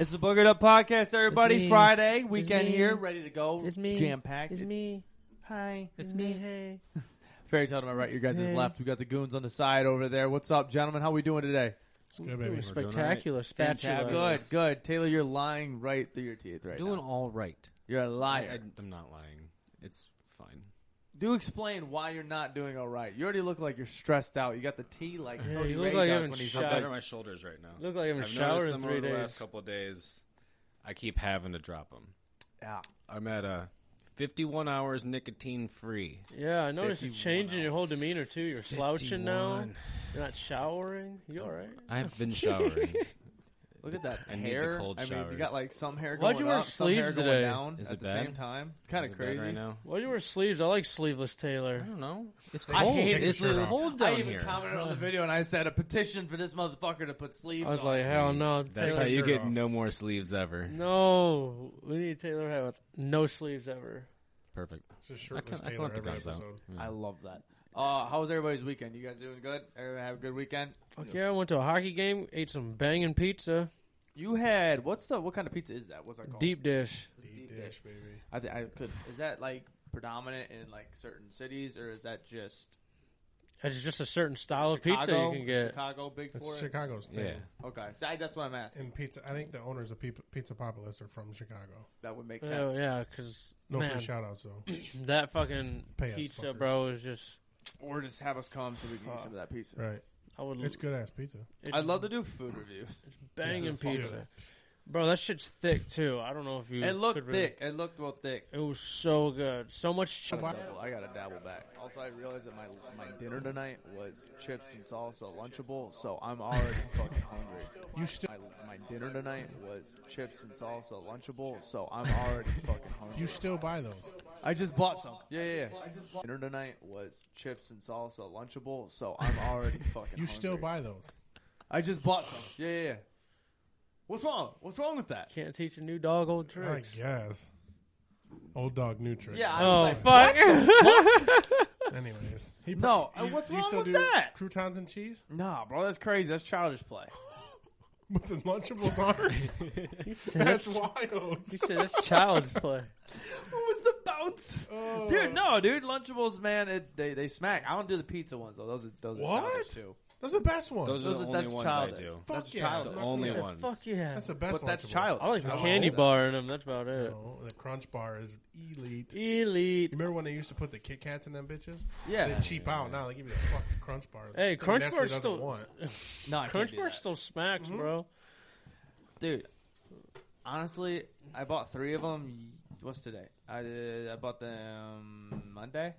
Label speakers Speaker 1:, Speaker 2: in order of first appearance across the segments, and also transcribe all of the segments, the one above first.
Speaker 1: It's the Boogered Up Podcast, everybody.
Speaker 2: me.
Speaker 1: Friday weekend
Speaker 2: me.
Speaker 1: here, ready to go.
Speaker 2: It's me.
Speaker 1: Jam packed.
Speaker 2: It's me.
Speaker 1: Hi.
Speaker 2: It's me. Hey.
Speaker 1: Fairy tale to my right, your guys'
Speaker 2: Hey.
Speaker 1: left. We got the goons on the side over there. What's up, gentlemen? How we doing today?
Speaker 3: good, baby.
Speaker 2: Ooh,
Speaker 3: We're doing
Speaker 2: spectacular. Spectacular.
Speaker 1: Good, good. Taylor, you're lying right through your teeth right
Speaker 3: Doing
Speaker 1: now.
Speaker 3: all right.
Speaker 1: You're a liar.
Speaker 3: I, am not lying. It's fine.
Speaker 1: Do explain why you're not doing all right. You already look like you're stressed out. You got the tea like
Speaker 2: Yeah,
Speaker 1: Cody
Speaker 2: you
Speaker 1: Ray
Speaker 2: look like you
Speaker 1: does
Speaker 2: haven't
Speaker 1: when he's up
Speaker 2: shot.
Speaker 3: I'm
Speaker 2: Yeah.
Speaker 3: better
Speaker 1: there.
Speaker 3: on my shoulders right now.
Speaker 2: Look like I haven't
Speaker 3: I've noticed
Speaker 2: showered in
Speaker 3: them over
Speaker 2: three
Speaker 3: the
Speaker 2: days.
Speaker 3: last couple of days. I keep having to drop them.
Speaker 1: Yeah.
Speaker 3: I'm at uh 51 hours nicotine free.
Speaker 2: yeah, I noticed you
Speaker 3: 51
Speaker 2: changing your whole demeanor too. You're slouching now.
Speaker 3: 51.
Speaker 2: You're not showering. You all right?
Speaker 3: I have been showering.
Speaker 1: Look at that
Speaker 3: I need the
Speaker 1: hair.
Speaker 3: cold
Speaker 1: I mean, you
Speaker 3: showers.
Speaker 1: got like some hair
Speaker 2: Why'd
Speaker 1: going
Speaker 2: you wear
Speaker 1: up, some hair
Speaker 2: sleeves
Speaker 1: going
Speaker 2: today?
Speaker 1: down
Speaker 3: Is
Speaker 1: at
Speaker 3: it
Speaker 1: the
Speaker 3: bad?
Speaker 1: same time. Kind
Speaker 3: Is
Speaker 1: of
Speaker 3: it bad
Speaker 1: crazy.
Speaker 3: right now.
Speaker 2: Why do you wear sleeves? I like sleeveless
Speaker 3: I
Speaker 2: Taylor.
Speaker 3: don't know. It's
Speaker 1: I
Speaker 2: Oh,
Speaker 3: cold.
Speaker 1: hate it.
Speaker 3: it's
Speaker 1: Take your shirt
Speaker 3: cold down
Speaker 1: I even
Speaker 3: here.
Speaker 1: commented on the video and I said a petition for this motherfucker to put sleeves.
Speaker 2: I was
Speaker 1: on."
Speaker 2: like, hell no.
Speaker 3: That's
Speaker 2: Taylor.
Speaker 3: how you
Speaker 4: shirt
Speaker 3: get
Speaker 4: off.
Speaker 3: no more sleeves ever.
Speaker 2: No, we need Taylor to have no sleeves ever.
Speaker 3: Perfect.
Speaker 4: It's just shirtless
Speaker 3: I can- I can
Speaker 4: Taylor
Speaker 3: let the
Speaker 4: every
Speaker 3: guns out.
Speaker 4: episode.
Speaker 1: I love that. Uh, how was everybody's weekend? You guys doing good? Everybody have a good weekend?
Speaker 2: Fuck yeah! I went to a hockey game, ate some banging pizza,
Speaker 1: You had what's the what kind of pizza is that? What's that called?
Speaker 2: deep dish.
Speaker 4: Deep
Speaker 1: Deep dish.
Speaker 4: dish, baby.
Speaker 1: I think I could. Is that like predominant in like certain cities or is that just
Speaker 2: It's just a certain style of pizza
Speaker 1: Chicago?
Speaker 2: you can get.
Speaker 1: Chicago big
Speaker 4: That's
Speaker 1: four.
Speaker 4: Chicago's thing.
Speaker 3: Yeah.
Speaker 1: Okay, so I- that's what I'm asking.
Speaker 4: And pizza. I think the owners of Pe- Pizza Populous are from Chicago.
Speaker 1: That would make
Speaker 2: Oh
Speaker 1: sense.
Speaker 2: yeah, because
Speaker 4: No
Speaker 2: man,
Speaker 4: free shout outs though.
Speaker 2: that fucking
Speaker 4: Pay us
Speaker 2: pizza,
Speaker 4: fuckers.
Speaker 2: bro, is just.
Speaker 1: Or just have us come so we can eat some of that pizza.
Speaker 4: Right.
Speaker 2: I would.
Speaker 4: It's good ass pizza.
Speaker 2: it's
Speaker 1: I'd love to do food reviews.
Speaker 2: banging
Speaker 4: Fuck
Speaker 2: pizza, bro. That shit's thick too. I don't know if you.
Speaker 1: It
Speaker 2: could
Speaker 1: looked
Speaker 2: really-
Speaker 1: thick. It looked real thick.
Speaker 2: It was so good. So much cheese.
Speaker 1: gotta double- I gotta dabble back. Also, I realized that my my dinner tonight was chips and salsa lunchable, so I'm already fucking hungry.
Speaker 4: You still
Speaker 1: My, my dinner tonight was chips and salsa lunchable, so I'm already fucking hungry.
Speaker 4: you still buy those.
Speaker 1: I just bought some. Yeah, yeah. yeah. Dinner tonight was chips and salsa lunchable, so I'm already fucking.
Speaker 4: You still
Speaker 1: hungry.
Speaker 4: buy those.
Speaker 1: I just bought some. Yeah, yeah. yeah. What's wrong? What's wrong with that?
Speaker 2: Can't teach a new dog old
Speaker 4: I
Speaker 2: tricks.
Speaker 4: guess. Old dog new tricks.
Speaker 1: Yeah. I
Speaker 2: Oh
Speaker 1: was like,
Speaker 2: fuck!
Speaker 4: Anyways. He
Speaker 1: No,
Speaker 4: pro-
Speaker 1: and what's wrong
Speaker 4: still
Speaker 1: with
Speaker 4: do
Speaker 1: that?
Speaker 4: Croutons and cheese?
Speaker 1: Nah, bro, that's crazy. That's childish play.
Speaker 4: But the Lunchables aren't. That's wild.
Speaker 2: he said that's child's play.
Speaker 1: What was the bounce?
Speaker 4: Oh.
Speaker 1: Dude, no, dude. Lunchables, man, it, they they smack. I don't do the pizza ones though. Those are those are
Speaker 4: What?
Speaker 1: childish, too.
Speaker 4: That's the best one.
Speaker 3: Those are
Speaker 1: Those
Speaker 3: the
Speaker 1: are-
Speaker 3: only
Speaker 1: that's
Speaker 3: ones
Speaker 1: childish.
Speaker 3: I do.
Speaker 4: Fuck
Speaker 1: that's
Speaker 4: yeah.
Speaker 1: child.
Speaker 3: The
Speaker 4: That's
Speaker 3: only
Speaker 4: the-
Speaker 3: ones.
Speaker 2: Fuck yeah!
Speaker 4: That's the best
Speaker 1: but that's
Speaker 4: Lunchable.
Speaker 1: child.
Speaker 2: I like the
Speaker 4: That's
Speaker 2: candy
Speaker 4: all.
Speaker 2: bar in them. That's about it.
Speaker 4: No, the Crunch Bar is elite.
Speaker 2: Elite.
Speaker 4: You remember when they used to put the Kit Kats in them bitches? They
Speaker 1: Yeah,
Speaker 4: cheap out now. They give you the fucking Crunch Bar.
Speaker 2: Hey,
Speaker 4: that
Speaker 2: Crunch
Speaker 4: Nestle
Speaker 2: Bar's
Speaker 4: doesn't
Speaker 2: still-
Speaker 4: want.
Speaker 1: no, I can't
Speaker 2: Crunch
Speaker 1: do
Speaker 2: bar
Speaker 1: that. Mm-hmm.
Speaker 2: still smacks, bro.
Speaker 1: dude. Honestly, I bought three of them. What's today? I did, I bought them Monday.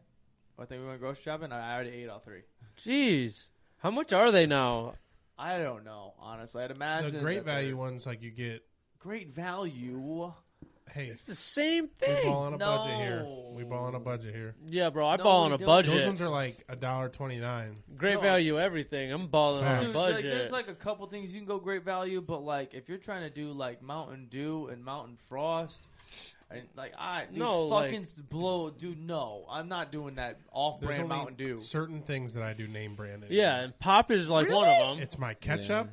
Speaker 1: I think we went grocery shopping. I already ate all three.
Speaker 2: Jeez, how much are they now?
Speaker 1: I don't know, honestly. I'd
Speaker 4: The
Speaker 1: imagine
Speaker 4: great
Speaker 1: that they're-
Speaker 4: value ones, like you get,
Speaker 1: Great value.
Speaker 4: hey,
Speaker 2: It's the same
Speaker 4: we
Speaker 2: thing.
Speaker 4: ball on a budget here.
Speaker 1: No.
Speaker 4: We ball on a budget here.
Speaker 2: Yeah, bro, I
Speaker 1: No,
Speaker 2: ball
Speaker 1: we
Speaker 2: on a
Speaker 1: don't.
Speaker 2: budget.
Speaker 4: Those ones are like a dollar twenty nine.
Speaker 2: Great
Speaker 1: No.
Speaker 2: value, everything. I'm balling on a
Speaker 4: Dude,
Speaker 1: Dude, like,
Speaker 2: budget.
Speaker 1: there's like a couple things you can go great value, but like if you're trying to do like Mountain Dew and Mountain Frost, and like I dude,
Speaker 2: No,
Speaker 1: fucking
Speaker 2: like-
Speaker 1: s- blow, dude. No, I'm not doing that
Speaker 4: There's
Speaker 1: off-brand
Speaker 4: only
Speaker 1: Mountain Dew.
Speaker 4: certain things that I do name brand. anymore.
Speaker 2: yeah, and pop is like one of them.
Speaker 4: it's my ketchup.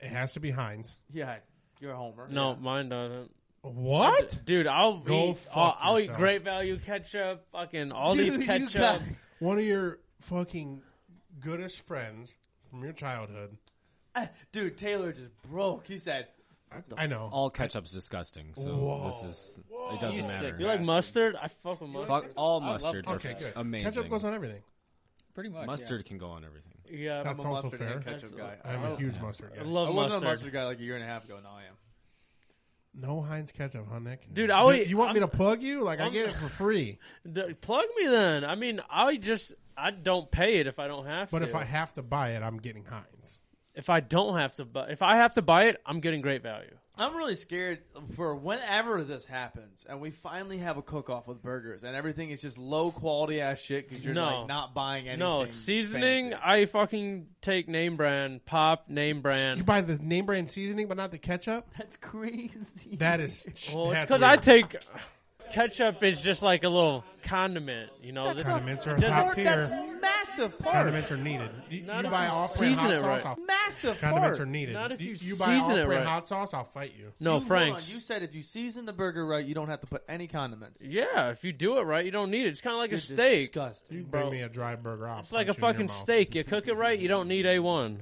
Speaker 4: It has to be Heinz.
Speaker 1: Yeah, you're a homer.
Speaker 2: No,
Speaker 1: Yeah.
Speaker 2: mine doesn't.
Speaker 4: What?
Speaker 2: Dude, I'll
Speaker 4: Go
Speaker 2: eat.
Speaker 4: fuck
Speaker 2: I'll, I'll eat
Speaker 4: yourself.
Speaker 2: great value ketchup. Fucking all
Speaker 1: Dude,
Speaker 2: these
Speaker 1: you
Speaker 2: ketchup.
Speaker 1: got-
Speaker 4: One of your fucking goodest friends from your childhood.
Speaker 1: Ah, dude, Taylor just broke. He said,
Speaker 4: I know.
Speaker 3: All ketchup's disgusting. So
Speaker 4: Whoa.
Speaker 3: this is it doesn't
Speaker 4: You
Speaker 3: matter.
Speaker 2: you like mustard? I fuck with mustard.
Speaker 3: Fuck all
Speaker 2: I love
Speaker 3: mustards are
Speaker 4: okay, good.
Speaker 3: amazing.
Speaker 4: Ketchup goes on everything.
Speaker 3: Pretty much. Mustard can go on everything.
Speaker 2: Yeah,
Speaker 4: That's
Speaker 1: "I'm a
Speaker 4: also
Speaker 1: mustard and
Speaker 4: fair.
Speaker 1: ketchup guy."
Speaker 2: Absolutely.
Speaker 1: I,
Speaker 4: I'm a huge mustard
Speaker 2: I
Speaker 4: guy.
Speaker 2: love
Speaker 1: wasn't
Speaker 2: mustard.
Speaker 1: a mustard guy like a year and a half ago. Now I am.
Speaker 4: No Heinz ketchup, huh, Nick?
Speaker 2: Dude, I'll
Speaker 4: you,
Speaker 2: eat-
Speaker 4: you want me
Speaker 2: I'm-
Speaker 4: to plug you? Like i
Speaker 2: I'm-
Speaker 4: get it for free,
Speaker 2: D- plug me then. I mean, I just I don't pay it if I don't have
Speaker 4: but
Speaker 2: to.
Speaker 4: if I have to buy it, I'm getting Heinz.
Speaker 2: if I don't have to buy, if I have to buy it, I'm getting great value.
Speaker 1: I'm really scared for whenever this happens and we finally have a cook off with burgers and everything is just low quality ass shit because you're
Speaker 2: No.
Speaker 1: like not buying anything.
Speaker 2: No seasoning.
Speaker 1: fancy.
Speaker 2: I fucking take name brand pop name brand.
Speaker 4: You buy the name brand seasoning, but not the ketchup.
Speaker 1: That's crazy.
Speaker 4: That is
Speaker 2: Well, it's
Speaker 4: that's
Speaker 2: because I
Speaker 4: weird.
Speaker 2: take ketchup is just like a little condiment, you know.
Speaker 1: That's
Speaker 2: This,
Speaker 4: Condiments are
Speaker 2: Does it-
Speaker 4: top
Speaker 1: That's
Speaker 4: tier.
Speaker 1: massive part.
Speaker 4: Condiments are needed. You, you
Speaker 2: Not if
Speaker 4: buy
Speaker 2: you
Speaker 4: off-brand
Speaker 2: season
Speaker 4: hot
Speaker 2: it
Speaker 4: sauce.
Speaker 2: right.
Speaker 4: I'll,
Speaker 1: Massive
Speaker 4: condiments
Speaker 1: part.
Speaker 4: are needed.
Speaker 2: Not if you
Speaker 4: buy
Speaker 2: season it
Speaker 4: off-brand
Speaker 2: right.
Speaker 4: hot sauce. I'll fight you.
Speaker 2: No,
Speaker 1: you,
Speaker 2: Frank's.
Speaker 1: hold on, You said if you season the burger right, you don't have to put any condiments.
Speaker 2: yeah, if you do it right, you don't need it. It's kind of like
Speaker 1: You're
Speaker 2: a steak.
Speaker 1: Disgusting.
Speaker 4: You
Speaker 2: Bro.
Speaker 4: bring me a dry burger. I'll
Speaker 2: It's like a
Speaker 4: punch you in your
Speaker 2: fucking
Speaker 4: mouth.
Speaker 2: steak. You cook it right, you don't need A1.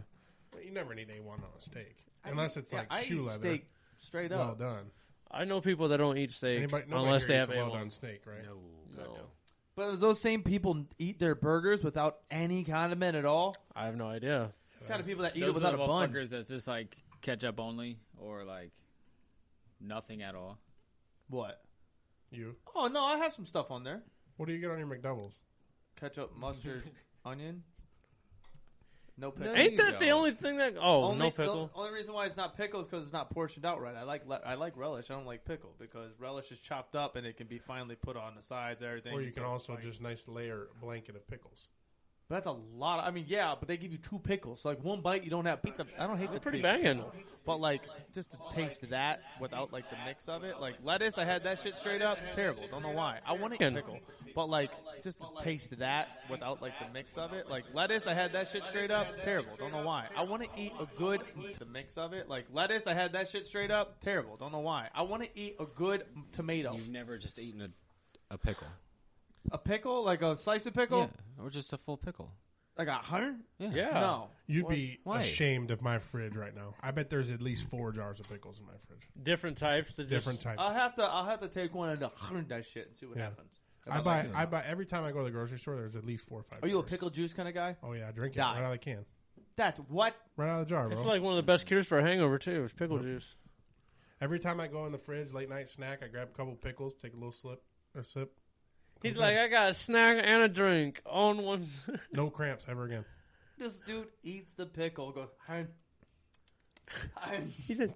Speaker 4: You never need a one on a steak unless it's
Speaker 1: Yeah,
Speaker 4: like
Speaker 1: I
Speaker 4: shoe
Speaker 1: eat
Speaker 4: leather.
Speaker 1: steak straight up.
Speaker 4: well done.
Speaker 2: I know people that don't eat steak
Speaker 4: Anybody, nobody
Speaker 2: unless
Speaker 4: here
Speaker 2: they
Speaker 4: eats
Speaker 2: have
Speaker 4: a well
Speaker 2: A1.
Speaker 4: done steak, right?
Speaker 3: No,
Speaker 2: No.
Speaker 3: God, no.
Speaker 1: But those same people eat their burgers without any condiment at all.
Speaker 2: I have no idea.
Speaker 1: It's kind of people that eat it
Speaker 5: Those
Speaker 1: without
Speaker 5: are
Speaker 1: a
Speaker 5: the
Speaker 1: bun.
Speaker 5: motherfuckers that's just like ketchup only or like nothing at all.
Speaker 1: What?
Speaker 4: You.
Speaker 1: Oh no, I have some stuff on there.
Speaker 4: What do you get on your McDoubles?
Speaker 1: Ketchup, mustard, onion. No pickle.
Speaker 5: No,
Speaker 2: Ain't
Speaker 5: you
Speaker 2: that the
Speaker 5: don't.
Speaker 2: only thing that? Oh,
Speaker 1: only,
Speaker 2: no
Speaker 1: the
Speaker 2: pickle.
Speaker 1: only reason why it's not pickle is because it's not portioned out right. I like le- I like relish. I don't like pickle because relish is chopped up and it can be finely put on the sides. Everything.
Speaker 4: Or you can also
Speaker 1: like-
Speaker 4: just nice layer blanket of pickles.
Speaker 1: But that's a lot. Of, I mean, yeah, but they give you two pickles. So like one bite, you don't have. Beat the, I don't hate the
Speaker 2: Pretty
Speaker 1: pickle.
Speaker 2: banging.
Speaker 1: But like, just to taste that without like the mix of it, like lettuce, I had that shit straight up. Terrible. Don't know why. I want to eat
Speaker 2: Chicken.
Speaker 1: pickle, but like, just to taste that without like the mix of it, like lettuce, I had that shit straight up. Terrible. Don't know why. I want to eat a good the mix of it, like lettuce, I had that shit straight up. Terrible. Don't know why. I want to eat a good tomato,
Speaker 3: You've never just eaten a, a pickle.
Speaker 1: a pickle, like a slice of pickle,
Speaker 3: Yeah, or just a full pickle.
Speaker 1: like a hundred.
Speaker 3: Yeah.
Speaker 2: Yeah.
Speaker 1: No.
Speaker 4: You'd be
Speaker 3: Why?
Speaker 4: ashamed of my fridge right now. I bet there's at least four jars of pickles in my fridge,
Speaker 2: Different types. That
Speaker 4: different
Speaker 2: just,
Speaker 4: types.
Speaker 1: I'll have to. I'll have to take one and a hundred that shit and see what
Speaker 4: Yeah.
Speaker 1: happens.
Speaker 4: I
Speaker 3: I
Speaker 4: buy.
Speaker 3: like it.
Speaker 4: I buy every time I go to the grocery store. There's at least four or five.
Speaker 1: Are you a
Speaker 4: jars.
Speaker 1: pickle juice kind of guy?
Speaker 4: Oh yeah, I drink it
Speaker 1: Die.
Speaker 4: right out of the can,
Speaker 1: That's what
Speaker 4: right out of the jar, bro.
Speaker 2: It's like one of the best cures for a hangover too. Is pickle juice.
Speaker 4: every time I go in the fridge, late night snack, I grab a couple pickles, take a little slip or sip.
Speaker 2: He's
Speaker 4: Okay.
Speaker 2: like, I got a snack and a drink on one.
Speaker 4: No cramps ever again.
Speaker 1: this dude eats the pickle. Goes, I'm, I'm,
Speaker 2: He's a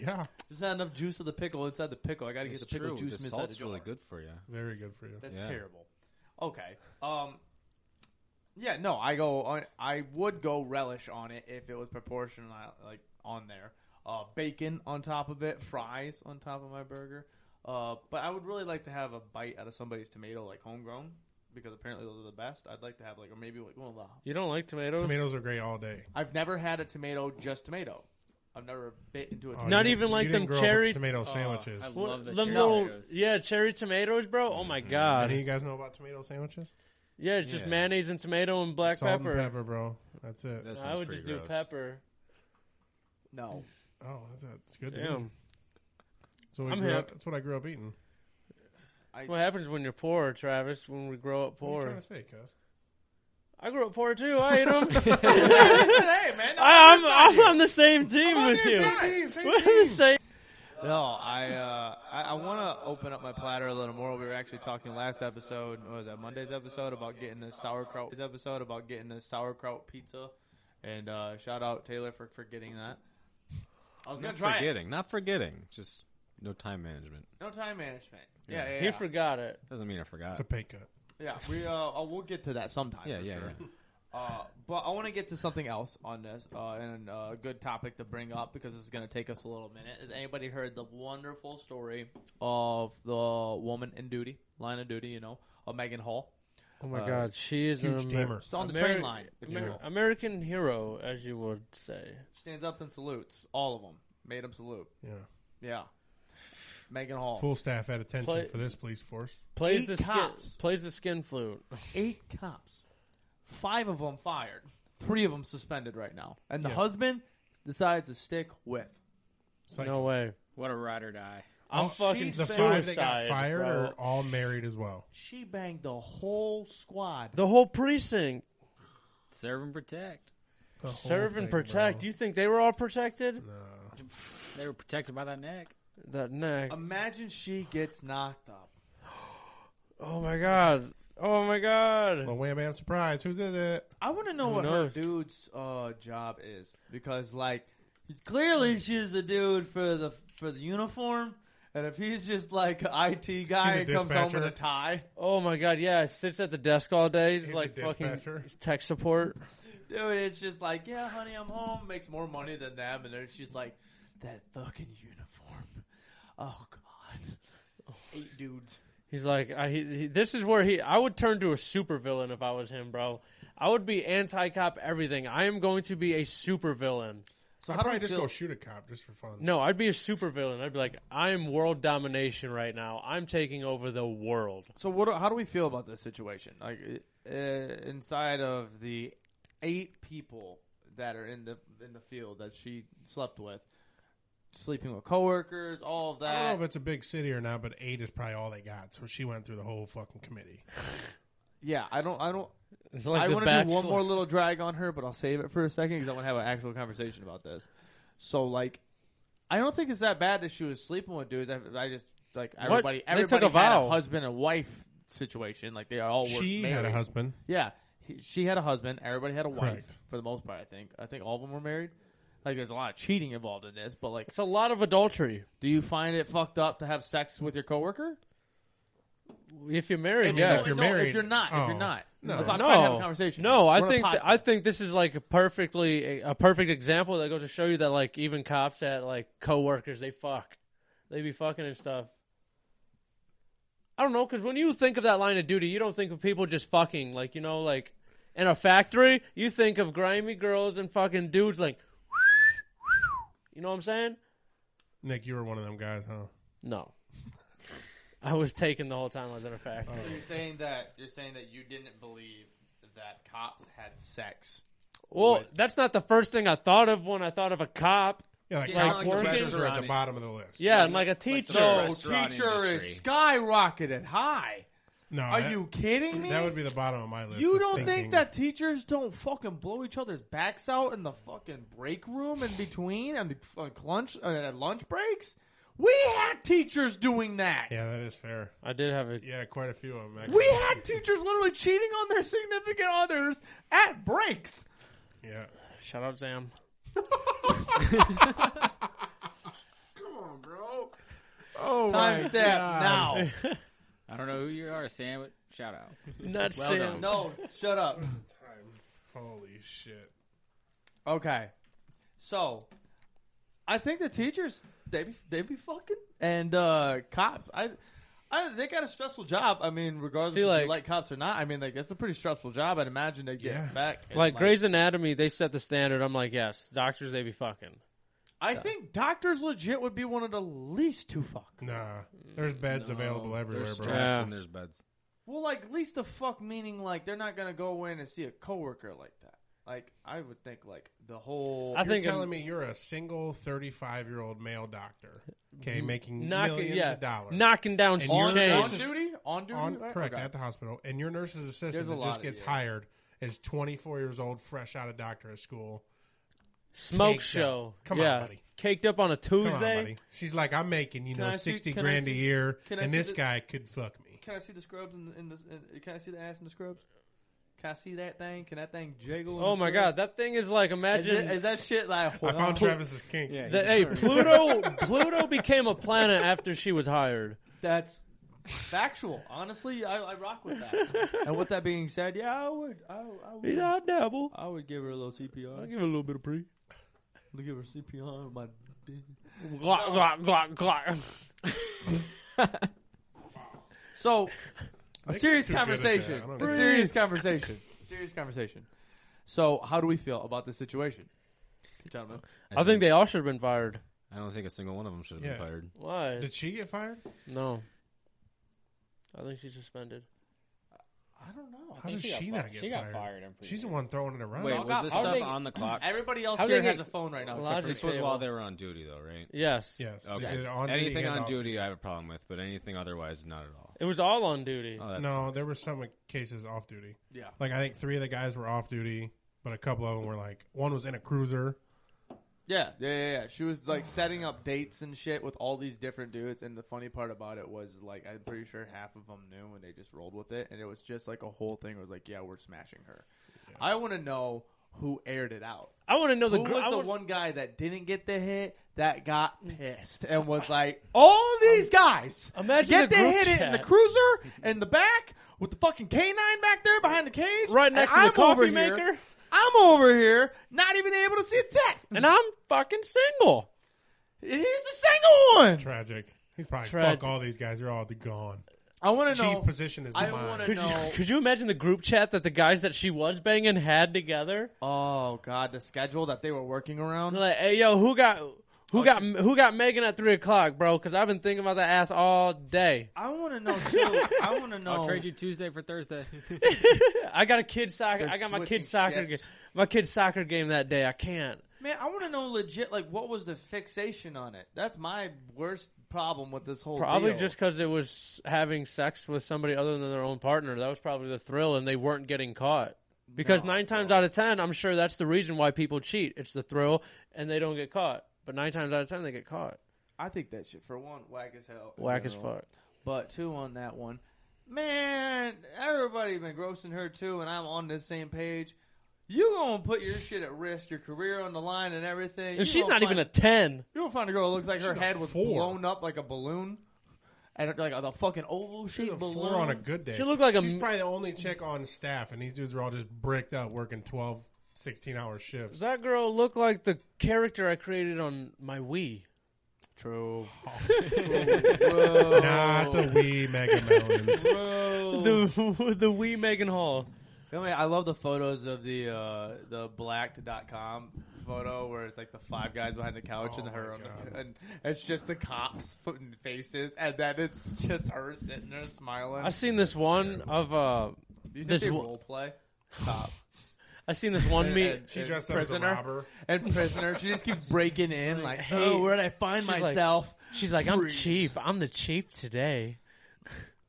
Speaker 4: Yeah,
Speaker 1: there's not enough juice of the pickle inside the pickle. I got to get
Speaker 3: It's
Speaker 1: the pickle
Speaker 3: true.
Speaker 1: juice
Speaker 3: the
Speaker 1: from inside the
Speaker 3: salt's
Speaker 1: jar.
Speaker 3: really good for you.
Speaker 4: very good for you.
Speaker 1: That's
Speaker 3: Yeah.
Speaker 1: terrible. Okay. Um. Yeah. No. I go. On, I would go relish on it if it was proportional, like on there. Uh, bacon on top of it, fries on top of my burger. Uh, but I would really like to have a bite out of somebody's tomato, like homegrown, because apparently those are the best. I'd like to have like, or maybe like one of the
Speaker 2: You don't like tomatoes?
Speaker 4: Tomatoes are great all day.
Speaker 1: I've never had a tomato just tomato. I've never bit into a
Speaker 4: Oh,
Speaker 1: tomato.
Speaker 2: Not
Speaker 4: you-
Speaker 2: even like
Speaker 4: you
Speaker 2: them
Speaker 4: didn't grow up with
Speaker 2: cherry-
Speaker 4: tomato
Speaker 5: Oh,
Speaker 4: sandwiches.
Speaker 5: I
Speaker 2: What-
Speaker 5: love the
Speaker 2: them
Speaker 5: cherry
Speaker 2: little-
Speaker 5: tomatoes.
Speaker 2: yeah, cherry tomatoes, bro.
Speaker 4: Mm-hmm.
Speaker 2: Oh my
Speaker 4: Any of
Speaker 2: god.
Speaker 4: you guys know about tomato sandwiches?
Speaker 2: Yeah, it's just
Speaker 3: Yeah.
Speaker 2: mayonnaise and tomato and black
Speaker 4: Salt
Speaker 2: pepper.
Speaker 4: and pepper, bro. That's it.
Speaker 3: That
Speaker 2: I
Speaker 3: sounds
Speaker 2: would
Speaker 3: pretty
Speaker 2: just do
Speaker 3: gross.
Speaker 2: pepper.
Speaker 1: No.
Speaker 4: oh, that's, that's good. to me.
Speaker 2: Damn.
Speaker 4: That's what, we
Speaker 2: I'm
Speaker 4: grew up,
Speaker 2: hip.
Speaker 4: that's what I grew up eating.
Speaker 2: What happens when you're poor, Travis? When we grow up
Speaker 4: What are you
Speaker 2: poor?
Speaker 4: trying to say, cuz?
Speaker 2: I grew up poor too. I ate them.
Speaker 1: hey man,
Speaker 2: I'm, I'm on the same team
Speaker 4: on
Speaker 2: with
Speaker 4: your
Speaker 2: you.
Speaker 4: same team, same
Speaker 2: We're the same.
Speaker 1: No, I uh, I, I want to open up my platter a little more. We were actually talking last episode, what was that Monday's episode about getting the sauerkraut this episode about getting the sauerkraut pizza, and uh, shout out Taylor for forgetting that. I was gonna
Speaker 3: Not
Speaker 1: try it.
Speaker 3: forgetting. Not forgetting. Just no time management.
Speaker 1: No time management. Yeah, yeah,
Speaker 2: He
Speaker 1: yeah.
Speaker 2: forgot it.
Speaker 3: Doesn't mean I forgot.
Speaker 4: It's a pay cut.
Speaker 1: Yeah, we uh, oh, we'll get to that sometime.
Speaker 3: yeah,
Speaker 1: for
Speaker 3: yeah,
Speaker 1: sure.
Speaker 3: yeah.
Speaker 1: Uh, but I want to get to something else on this, uh, and uh, a good topic to bring up because this is going to take us a little minute. Has anybody heard the wonderful story of the woman in duty, line of duty, you know, of Megan Hall?
Speaker 2: Oh my
Speaker 1: Uh,
Speaker 2: god, she is
Speaker 4: Huge
Speaker 2: an
Speaker 4: tamer.
Speaker 1: It's on the
Speaker 2: Ameri-
Speaker 1: train line.
Speaker 2: Amer- American hero, as you would say.
Speaker 1: Stands up and salutes all of them. Made them salute.
Speaker 4: Yeah.
Speaker 1: Yeah. Megan Hall.
Speaker 4: Full staff at attention
Speaker 2: Play-
Speaker 4: for this police force.
Speaker 2: Plays
Speaker 1: Eight
Speaker 2: the skin,
Speaker 1: cops.
Speaker 2: plays the skin flute.
Speaker 1: Eight cops. Five of them fired. Three of them suspended right now. And the
Speaker 4: Yeah.
Speaker 1: husband decides to stick with.
Speaker 4: Psycho.
Speaker 2: No way.
Speaker 5: What a ride or die.
Speaker 2: I'm
Speaker 4: Oh,
Speaker 2: fucking
Speaker 4: the
Speaker 2: suicide.
Speaker 4: five that got fired
Speaker 2: bro.
Speaker 4: are all married as well.
Speaker 1: She banged the whole squad.
Speaker 2: the whole precinct.
Speaker 5: Serve and protect.
Speaker 4: The whole
Speaker 2: Serve
Speaker 4: thing,
Speaker 2: and protect.
Speaker 4: Oh, bro.
Speaker 2: You think they were all protected?
Speaker 4: Nah.
Speaker 5: They were protected by that neck.
Speaker 2: That neck.
Speaker 1: Imagine she gets knocked up.
Speaker 2: oh my god. Oh my god.
Speaker 4: Well, wham bam surprise. Who's is it?
Speaker 1: I want to know
Speaker 2: Who
Speaker 1: what
Speaker 2: knows?
Speaker 1: her dude's uh, job is because, like, clearly she's a dude for the for the uniform, and if he's just like an IT guy
Speaker 4: He's a
Speaker 1: and comes home in
Speaker 4: dispatcher.
Speaker 1: a tie,
Speaker 2: Oh my god. Yeah, sits at the desk all day. He's
Speaker 4: He's a
Speaker 2: like fucking
Speaker 4: dispatcher.
Speaker 2: tech support.
Speaker 1: dude, it's just like, yeah, honey, I'm home. Makes more money than them, and then she's like, that fucking uniform. Oh god, eight dudes.
Speaker 2: He's like, I, he, he- this is where he. I would turn to a supervillain if I was him, bro. I would be anti cop everything. I am going to be a super villain.
Speaker 1: So
Speaker 4: I'd
Speaker 1: how do
Speaker 4: probably
Speaker 1: you
Speaker 4: just
Speaker 1: feel?
Speaker 4: go shoot a cop just for fun.
Speaker 2: No, I'd be a super villain. I'd be like, I'm world domination right now. I'm taking over the world.
Speaker 1: So what? do- How do we feel about this situation? Like uh, inside of the eight people that are in the in the field that she slept with, sleeping with coworkers, all of
Speaker 4: I don't know
Speaker 1: that.
Speaker 4: if it's a big city or not, but eight is probably all they got. So she went through the whole fucking committee.
Speaker 1: yeah, I don't. I don't.
Speaker 2: It's like
Speaker 1: I
Speaker 2: the
Speaker 1: want to do one
Speaker 2: Bachelor.
Speaker 1: more little drag on her, but I'll save it for a second because I want to have an actual conversation about this. So like, I don't think it's that bad that she was sleeping with dudes. I, I just like everybody.
Speaker 2: They
Speaker 1: Everybody
Speaker 2: took a
Speaker 1: had
Speaker 2: vow.
Speaker 1: husband and wife situation. Like they all
Speaker 2: Oh,
Speaker 1: were
Speaker 4: She
Speaker 1: married.
Speaker 4: had a husband.
Speaker 1: Yeah, he, she had a husband. Everybody had a wife
Speaker 4: Correct.
Speaker 1: for the most part. I think. I think all of them were married. Like, there's a lot of cheating involved in this. But like,
Speaker 2: It's a lot of adultery.
Speaker 1: do you find it fucked up to have sex with your coworker?
Speaker 2: If you're married,
Speaker 4: If you
Speaker 2: yeah.
Speaker 4: know- you're married-
Speaker 1: if you're not, if
Speaker 4: Oh.
Speaker 1: you're not,
Speaker 4: No.
Speaker 1: That's what I'm
Speaker 2: no,
Speaker 1: trying to have a conversation.
Speaker 2: no, I
Speaker 1: We're on a
Speaker 2: think th-
Speaker 1: podcast.
Speaker 2: I think this is like a perfectly a, a perfect example that goes to show you that like even cops at like coworkers they fuck, they be fucking and stuff. I don't know because when you think of that line of duty, you don't think of people just fucking like you know like in a factory. You think of grimy girls and fucking dudes like, you know what I'm saying?
Speaker 4: Nick, you were one of them guys, huh?
Speaker 2: No, I was taken the whole time I was in a factory.
Speaker 1: So you're saying that you're saying that you didn't believe that cops had sex.
Speaker 2: Well,
Speaker 1: With-
Speaker 2: that's not the first thing I thought of when I thought of a cop.
Speaker 4: Yeah, like,
Speaker 1: Yeah,
Speaker 4: cops
Speaker 1: like
Speaker 4: and
Speaker 2: working-
Speaker 4: teachers are at the
Speaker 3: Restaurant.
Speaker 4: bottom of the list.
Speaker 2: Yeah, and like a
Speaker 3: like the
Speaker 2: teacher.
Speaker 3: restaurant
Speaker 1: teacher
Speaker 3: industry.
Speaker 1: is skyrocketed high.
Speaker 4: No,
Speaker 1: Are
Speaker 4: that,
Speaker 1: you kidding me?
Speaker 4: That would be the bottom of my list.
Speaker 1: You
Speaker 4: of
Speaker 1: don't
Speaker 4: thinking.
Speaker 1: think that teachers don't fucking blow each other's backs out in the fucking break room in between and the on lunch uh, at lunch breaks? We had teachers doing that.
Speaker 4: Yeah, that is fair.
Speaker 2: I did have a
Speaker 4: Yeah, quite a few of them. Actually.
Speaker 1: We had teachers literally cheating on their significant others at breaks.
Speaker 4: Yeah.
Speaker 2: shout out, Sam.
Speaker 4: Come on, bro. Oh,
Speaker 1: Time
Speaker 4: my
Speaker 1: step
Speaker 4: God.
Speaker 1: now.
Speaker 5: I don't know who you are, Sam. But shout out.
Speaker 2: Not
Speaker 5: Well
Speaker 2: Sam.
Speaker 5: done.
Speaker 1: No, shut up.
Speaker 4: Holy shit.
Speaker 1: Okay, so I think the teachers they be, they be fucking and uh, cops. I. I, they got a stressful job. I mean, regardless
Speaker 2: See,
Speaker 1: if
Speaker 2: like-
Speaker 1: you like cops or not, I mean, like that's a pretty stressful job. I'd imagine they get
Speaker 4: Yeah.
Speaker 1: back. and,
Speaker 2: Like Grey's Anatomy, they set the standard. I'm like, yes, doctors, they be fucking.
Speaker 1: I think doctors legit would be one of the least to fuck.
Speaker 4: Nah, there's beds available everywhere,
Speaker 3: There's
Speaker 4: bro.
Speaker 3: stressed
Speaker 2: Yeah.
Speaker 3: and there's beds.
Speaker 1: Well, like least to fuck meaning like they're not gonna go in and see a coworker like that. Like I would think like the whole.
Speaker 2: I
Speaker 4: You're
Speaker 2: think
Speaker 4: telling me you're a single 35 year old male doctor, okay, making
Speaker 2: knocking,
Speaker 4: millions
Speaker 2: yeah,
Speaker 4: of dollars,
Speaker 2: knocking down
Speaker 4: And
Speaker 2: some
Speaker 4: you're-
Speaker 1: on, on
Speaker 2: chains.
Speaker 4: Nurses-
Speaker 1: duty, on duty,
Speaker 4: on
Speaker 1: right?
Speaker 4: correct
Speaker 1: Okay.
Speaker 4: at the hospital, and your nurse's
Speaker 1: There's
Speaker 4: assistant
Speaker 1: a
Speaker 4: that
Speaker 1: lot
Speaker 4: just
Speaker 1: of-
Speaker 4: gets
Speaker 1: yeah.
Speaker 4: hired is 24 years old, fresh out of doctorate school.
Speaker 2: Smoke
Speaker 4: caked
Speaker 2: show.
Speaker 4: up. Come on,
Speaker 2: yeah,
Speaker 4: buddy.
Speaker 2: caked up on a
Speaker 4: Come on,
Speaker 2: Tuesday.
Speaker 4: buddy. She's like, I'm making you
Speaker 1: Can
Speaker 4: know
Speaker 1: I see-
Speaker 4: 60
Speaker 1: can I
Speaker 4: grand a
Speaker 1: see-
Speaker 4: year,
Speaker 1: can I
Speaker 4: and
Speaker 1: see
Speaker 4: this
Speaker 1: the-
Speaker 4: guy could fuck me.
Speaker 1: Can I see the scrubs in, the- in the? In, can I see the ass in the scrubs? Can I see that thing? Can that thing jiggle? in
Speaker 2: oh
Speaker 1: the
Speaker 2: my
Speaker 1: scrubs?
Speaker 2: god, that thing is like
Speaker 1: Is,
Speaker 2: imagine.
Speaker 1: it, is that shit like?
Speaker 4: I found Travis's kink.
Speaker 2: that- hey, Pluto. Pluto became a planet after she was hired.
Speaker 1: That's factual. Honestly, I, I rock with that. and with that being said, yeah, I would. I, I
Speaker 2: He's
Speaker 1: would.
Speaker 2: I dabble.
Speaker 1: I would give her a little
Speaker 2: I'll
Speaker 1: CPR.
Speaker 2: give it a little bit of pre.
Speaker 1: I'll give her CPR. My. dick.
Speaker 2: Glock, glock, glock, glock.
Speaker 1: So, a
Speaker 4: Nick's
Speaker 1: serious
Speaker 4: too good at that.
Speaker 1: conversation.
Speaker 4: I don't
Speaker 1: A
Speaker 4: know.
Speaker 1: serious conversation. Serious conversation. So, how do we feel about this situation, gentlemen?
Speaker 2: I think they all should have been fired.
Speaker 3: I don't think a single one of them should have
Speaker 4: Yeah.
Speaker 3: been fired.
Speaker 2: Why?
Speaker 4: Did she get fired?
Speaker 2: No. I think she's suspended.
Speaker 1: I don't know.
Speaker 4: How did she not get
Speaker 5: She got
Speaker 4: fired?
Speaker 5: fired. I'm pretty
Speaker 4: She's the
Speaker 5: sure.
Speaker 4: one throwing it around.
Speaker 3: Wait,
Speaker 1: How
Speaker 3: was this
Speaker 1: how
Speaker 3: stuff
Speaker 1: they-
Speaker 3: on the clock?
Speaker 1: Everybody else
Speaker 2: How
Speaker 1: here
Speaker 2: they
Speaker 1: has a
Speaker 2: get-
Speaker 1: phone right now.
Speaker 2: Logic-
Speaker 1: Except
Speaker 3: This
Speaker 1: for me.
Speaker 3: was while they were on duty, though, right?
Speaker 2: Yes.
Speaker 4: Yes.
Speaker 3: Okay.
Speaker 4: They're on duty
Speaker 3: anything
Speaker 4: and
Speaker 3: on
Speaker 4: out.
Speaker 3: duty, I have a problem with, but anything otherwise, not at all.
Speaker 2: It was all on duty.
Speaker 1: Uh,
Speaker 3: Oh, that
Speaker 4: No,
Speaker 3: sucks.
Speaker 4: there were some cases off duty.
Speaker 1: Yeah.
Speaker 4: Like I think three of the guys were off duty, but a couple of them were like one was in a cruiser.
Speaker 1: Yeah, yeah, yeah, yeah. She was like setting up dates and shit with all these different dudes, and the funny part about it was like I'm pretty sure half of them knew, and they just rolled with it, and it was just like a whole thing. It was like, yeah, we're smashing her. I want to know who aired it out.
Speaker 2: I want to know the.
Speaker 1: Who
Speaker 2: gr-
Speaker 1: was
Speaker 2: I
Speaker 1: the
Speaker 2: want- Mm.
Speaker 1: one guy that didn't get the hit that got pissed and was like, all these guys
Speaker 2: Um, Imagine
Speaker 1: get
Speaker 2: the
Speaker 1: the
Speaker 2: group
Speaker 1: hit in the
Speaker 2: chat.
Speaker 1: cruiser in the back with the fucking canine back there behind the cage,
Speaker 2: right
Speaker 1: and
Speaker 2: next to the
Speaker 1: I'm over
Speaker 2: coffee
Speaker 1: here-
Speaker 2: maker,
Speaker 1: I'm over here not even able to see a tech, and
Speaker 2: and I'm fucking single.
Speaker 1: he's the single one.
Speaker 4: Tragic. He's probably
Speaker 2: Tragic.
Speaker 4: fuck all these guys. They're all gone.
Speaker 1: I want to
Speaker 4: chief
Speaker 1: know.
Speaker 4: position is the
Speaker 1: I
Speaker 4: mind.
Speaker 1: wanna
Speaker 2: Could,
Speaker 1: No.
Speaker 2: you, could you imagine the group chat that the guys that she was banging had together?
Speaker 1: oh God, the schedule that they were working around.
Speaker 2: They're like, hey, yo, who got who
Speaker 1: Oh,
Speaker 2: got who got Megan at three o'clock, bro? Because I've been thinking about that ass all day.
Speaker 1: I want to know too. I want to know.
Speaker 5: I'll trade you Tuesday for Thursday.
Speaker 2: I got a kid soccer.
Speaker 1: They're
Speaker 2: I got my
Speaker 1: switching
Speaker 2: kid soccer.
Speaker 1: shifts.
Speaker 2: Ga- my kid soccer game that day. I can't.
Speaker 1: Man, I want to know legit, like, what was the fixation on it? That's my worst problem with this whole
Speaker 2: Probably
Speaker 1: deal.
Speaker 2: just because it was having sex with somebody other than their own partner. That was probably the thrill, and they weren't getting caught. Because
Speaker 1: No,
Speaker 2: nine times
Speaker 1: bro.
Speaker 2: out of ten, I'm sure that's the reason why people cheat. It's the thrill, and they don't get caught. But nine times out of ten, they get caught.
Speaker 1: I think that shit, for one, whack as hell. in
Speaker 2: Whack as
Speaker 1: general.
Speaker 2: fuck.
Speaker 1: But two on that one. Man, everybody been grossing her too, and I'm on this same page. You gonna put your shit at risk, your career on the line, and everything.
Speaker 2: And she's not even a ten.
Speaker 1: You gonna find a girl that looks like her
Speaker 4: She's a
Speaker 1: head was
Speaker 4: four.
Speaker 1: blown up like a balloon, and like a fucking oval
Speaker 4: She's
Speaker 1: shaped
Speaker 4: a
Speaker 1: balloon.
Speaker 4: four on a good day.
Speaker 2: She looked like a
Speaker 4: She's
Speaker 2: m-
Speaker 4: probably the only chick on staff, and these dudes are all just bricked up working 12, 16 hour shifts.
Speaker 2: That girl looked like the character I created on my Wii.
Speaker 1: True.
Speaker 4: Oh.
Speaker 2: Oh.
Speaker 4: Not the wee Mega Melons.
Speaker 2: The the Wii Megan Hall.
Speaker 1: I, mean, I love the photos of the uh, the blacked.com photo where it's like the five guys behind the couch and
Speaker 4: Oh
Speaker 1: her
Speaker 4: my
Speaker 1: on
Speaker 4: God.
Speaker 1: the, and it's just the cops putting faces and then it's just her sitting there smiling.
Speaker 2: I seen this one of uh,
Speaker 1: Do you think
Speaker 2: this
Speaker 1: they
Speaker 2: wo-
Speaker 1: role play? Cop.
Speaker 2: I seen this one
Speaker 1: And-
Speaker 2: me.
Speaker 1: and-
Speaker 4: She
Speaker 1: and
Speaker 4: dressed up as a
Speaker 1: prisoner,
Speaker 4: robber.
Speaker 1: And prisoner. She just keeps breaking in like,
Speaker 2: hey,
Speaker 1: oh, where'd I find
Speaker 2: she's like-
Speaker 1: myself?
Speaker 2: She's like, I'm
Speaker 1: Freeze.
Speaker 2: chief. I'm the chief today.